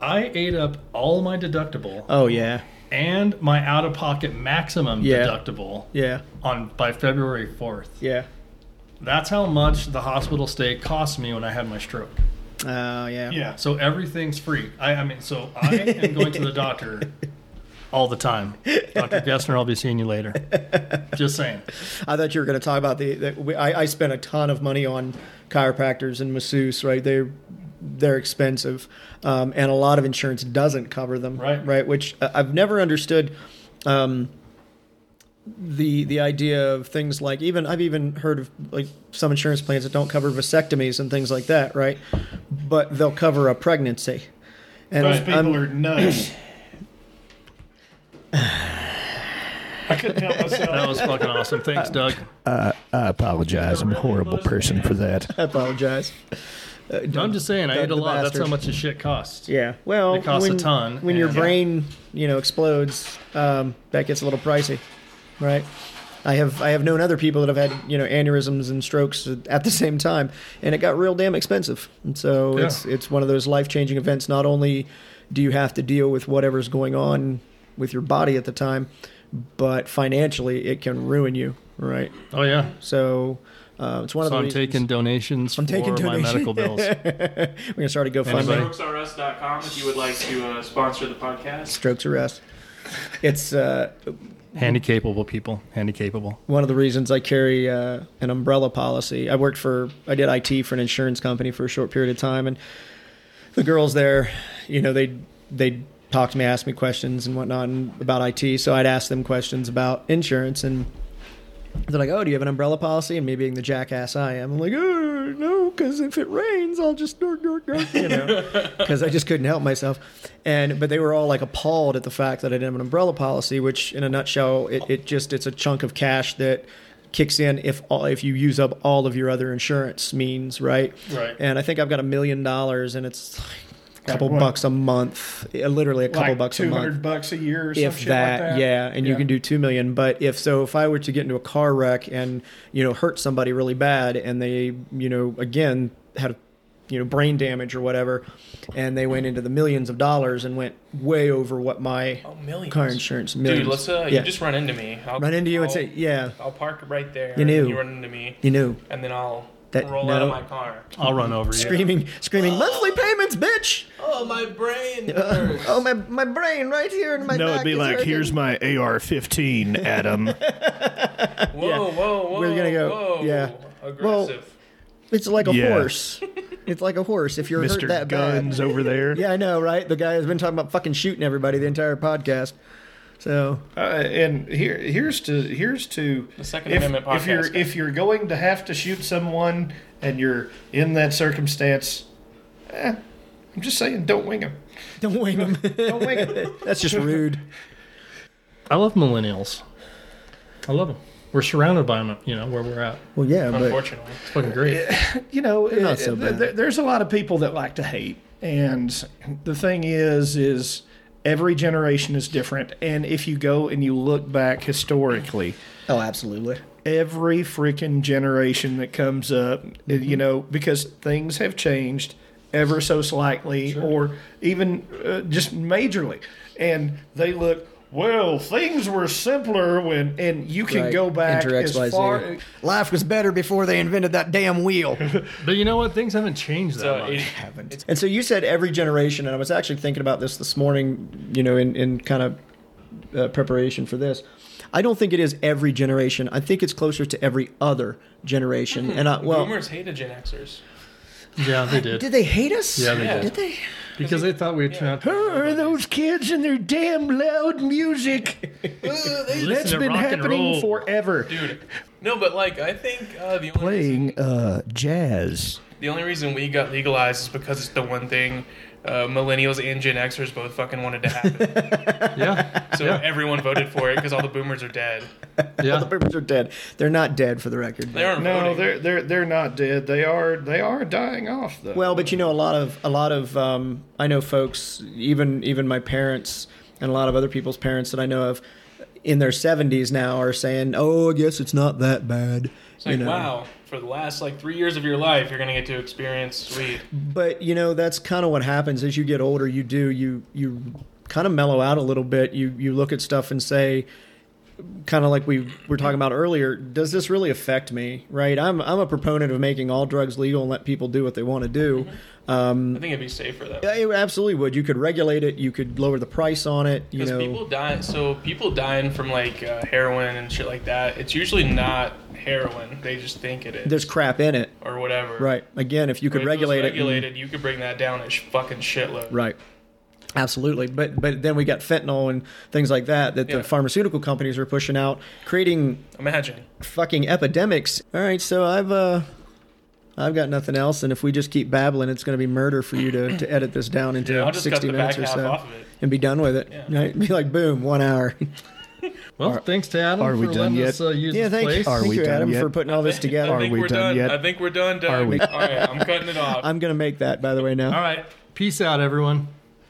I ate up all my deductible
Oh yeah,
and my out of pocket maximum
Yeah.
deductible
yeah,
on by February fourth.
yeah.
That's how much the hospital stay cost me when I had my stroke.
Oh yeah.
Yeah.
So everything's free. I, I mean,
[laughs]
so I am going to the doctor all the time. Dr. Gessner, I'll be seeing you later. Just saying.
I thought you were going to talk about the. the we, I, I spent a ton of money on chiropractors and masseuse. Right, they're they're expensive, um, and a lot of insurance doesn't cover them.
Right.
right. Which I- I've never understood. Um, the the idea of things like even I've even heard of like some insurance plans that don't cover vasectomies and things like that, right? But they'll cover a pregnancy. And
Those
I'm-
[clears throat]
people are nuts. I couldn't [laughs] help myself.
That was fucking awesome. Thanks,
[laughs]
Doug.
I apologize. I'm a horrible person for that.
I apologize.
Uh, No, I'm just saying, I
Doug
ate a
the
lot. That's
bastard.
how much this shit costs.
Yeah. Well,
It costs a
when,
ton,
When your
and-
brain, you know, explodes, um, that gets a little pricey, right? I have I have known other people that have had you know aneurysms and strokes at the same time, and it got real damn expensive. And so it's it's one of those life changing events. Not only do you have to deal with whatever's going on with your body at the time, but financially it can ruin you, right?
Oh, yeah.
So uh, it's one of
So
the
I'm
reasons-
taking donations for
taking
my
donation-
medical bills.
[laughs] We're gonna start a GoFundMe.
Anybody?
StrokesRS.com if you would like to uh, sponsor the podcast.
Strokes arrest. It's uh,
Handicapable people. Handicapable.
one of the reasons I carry uh, an umbrella policy. I worked for, I did IT for an insurance company for a short period of time, and the girls there, you know, they they talked to me, asked me questions and whatnot and about IT. So I'd ask them questions about insurance, and they're like, "Oh, do you have an umbrella policy?" And me being the jackass I am, I'm like, "Oh no, because if it rains, I'll just dork, dork, dork," you know, because I just couldn't help myself. And but they were all like appalled at the fact that I didn't have an umbrella policy, which in a nutshell, it, it just it's a chunk of cash that kicks in if all, if you use up all of your other insurance means, right?
Right.
And I think I've got a million dollars, and it's like a couple
what?
bucks a month, Yeah, literally a couple
like
bucks a
two
month
hundred bucks a year or some
if
shit
that,
like that.
yeah and you
Yeah.
can do 2 million but if so if i were to get into a car wreck and you know hurt somebody really bad and they you know again had you know brain damage or whatever and they went into the millions of dollars and went way over what my
Oh, millions.
car insurance millions.
Dude, let's. Uh,
yeah.
You just Oh. run into me. I'll,
run into you and
I'll-
say yeah
I'll park right there.
You knew.
And you run into me,
you knew
and then I'll
That-
roll out of
no.
my car.
I'll run over you.
screaming
Oh.
screaming monthly payments bitch
Oh, my
[laughs]
brain
oh my my brain right here in my
No,
back
it'd be
is
like,
hurting."
here's my
[laughs]
AR-15, Adam.
Whoa, whoa, whoa.
We're gonna go-
Whoa.
yeah. Well,
Aggressive.
it's like a
Yeah.
horse it's like a horse if you're hurt
Mr.
that bad
Guns over there.
Yeah, I know, right? The guy has been talking about fucking shooting everybody the entire podcast. So
Uh, and here, here's to here's to
The Second
if,
Amendment
If you're
podcast.
if you're going to have to shoot someone and you're in that circumstance, eh, I'm just saying, don't wing them.
[laughs] Don't wing them.
Don't wing them.
[laughs] That's just rude.
I love millennials. I love them. We're surrounded by them, you know, where we're at.
Well, yeah, but
Unfortunately,
It's fucking great.
you know, it-
not so
th-
bad.
th- there's a lot of people that like to hate, and the thing is, is every generation is different. And if you go and you look back historically,
oh, absolutely.
every freaking generation that comes up, uh, you know, because things have changed ever so slightly, or even uh, just majorly, and they look. Well, things were simpler when, and you can
Right.
go back
Enter
as
XYZ.
far.
Life was better before they invented that damn wheel.
But you know what? Things haven't changed that
so
much.
it,
[laughs] and so you said every generation, and I was actually thinking about this this morning, you know, in, in kind of uh, preparation for this. I don't think it is every generation. I think it's closer to every other generation. And I, well,
boomers hated Gen Xers.
yeah, they
[laughs]
did.
did they hate us?
Yeah, they did.
Did they?
Because they thought we'd turn out
Who are those kids and their damn loud
[laughs]
music?
Listen
That's
to
been
rock and
happening
roll.
forever.
Dude, no, but like I think uh, the only reason,
Playing uh, jazz.
the only reason we got legalized is because it's the one thing uh, millennials and Gen Xers both fucking wanted to
[laughs]
happen.
Yeah.
so
Yeah.
everyone voted for it because all the boomers are dead.
Yeah.
The boomers are dead. They're not dead for the record.
They aren't
No,
voting.
they're they're they're not dead. They are they are dying off though.
Well, but you know, a lot of a lot of um, I know folks, even even my parents and a lot of other people's parents that I know of, in their seventies now are saying, "Oh, I guess it's not that bad."
It's like wow, for the last like three years of your life, you're gonna get to experience weed.
But you know, that's kind of what happens as you get older. You do you you kind of mellow out a little bit. You you look at stuff and say. Kind of like we were talking about earlier, does this really affect me? Right, I'm I'm a proponent of making all drugs legal and let people do what they want to do.
I think it'd be safer though.
Yeah, It absolutely would. You could regulate it. You could lower the price on it. You
Because
know,
people die, so people dying from like uh, heroin and shit like that. It's usually not heroin; they just think it is
there's crap in it.
or whatever.
Right. Again, if you
But
could
if it was
regulate it. mm,
regulated, you could bring that down a sh- fucking shitload.
Right. Absolutely. But but then we got fentanyl and things like that that
Yeah.
the pharmaceutical companies are pushing out, creating
Imagine.
fucking epidemics. All right, so I've uh I've got nothing else, and if we just keep babbling, it's going to be murder for you
[clears throat]
to, to edit this down into
I'll just cut
60
the back
minutes or
half
so
off of it.
and be done with it.
Yeah.
Right? Be like, boom, one hour.
Well, thanks to Adam
are
for
we
letting
done yet?
us uh, use
yeah,
this
thank,
place.
Are
thank
we
you,
done
Adam,
yet?
for putting all this together.
I think
we
[laughs] are
done
done
yet?
I think we're done. Doug.
Are we- [laughs]
All right, I'm cutting it off.
I'm going to make that, by the way, now.
All right. Peace out, everyone.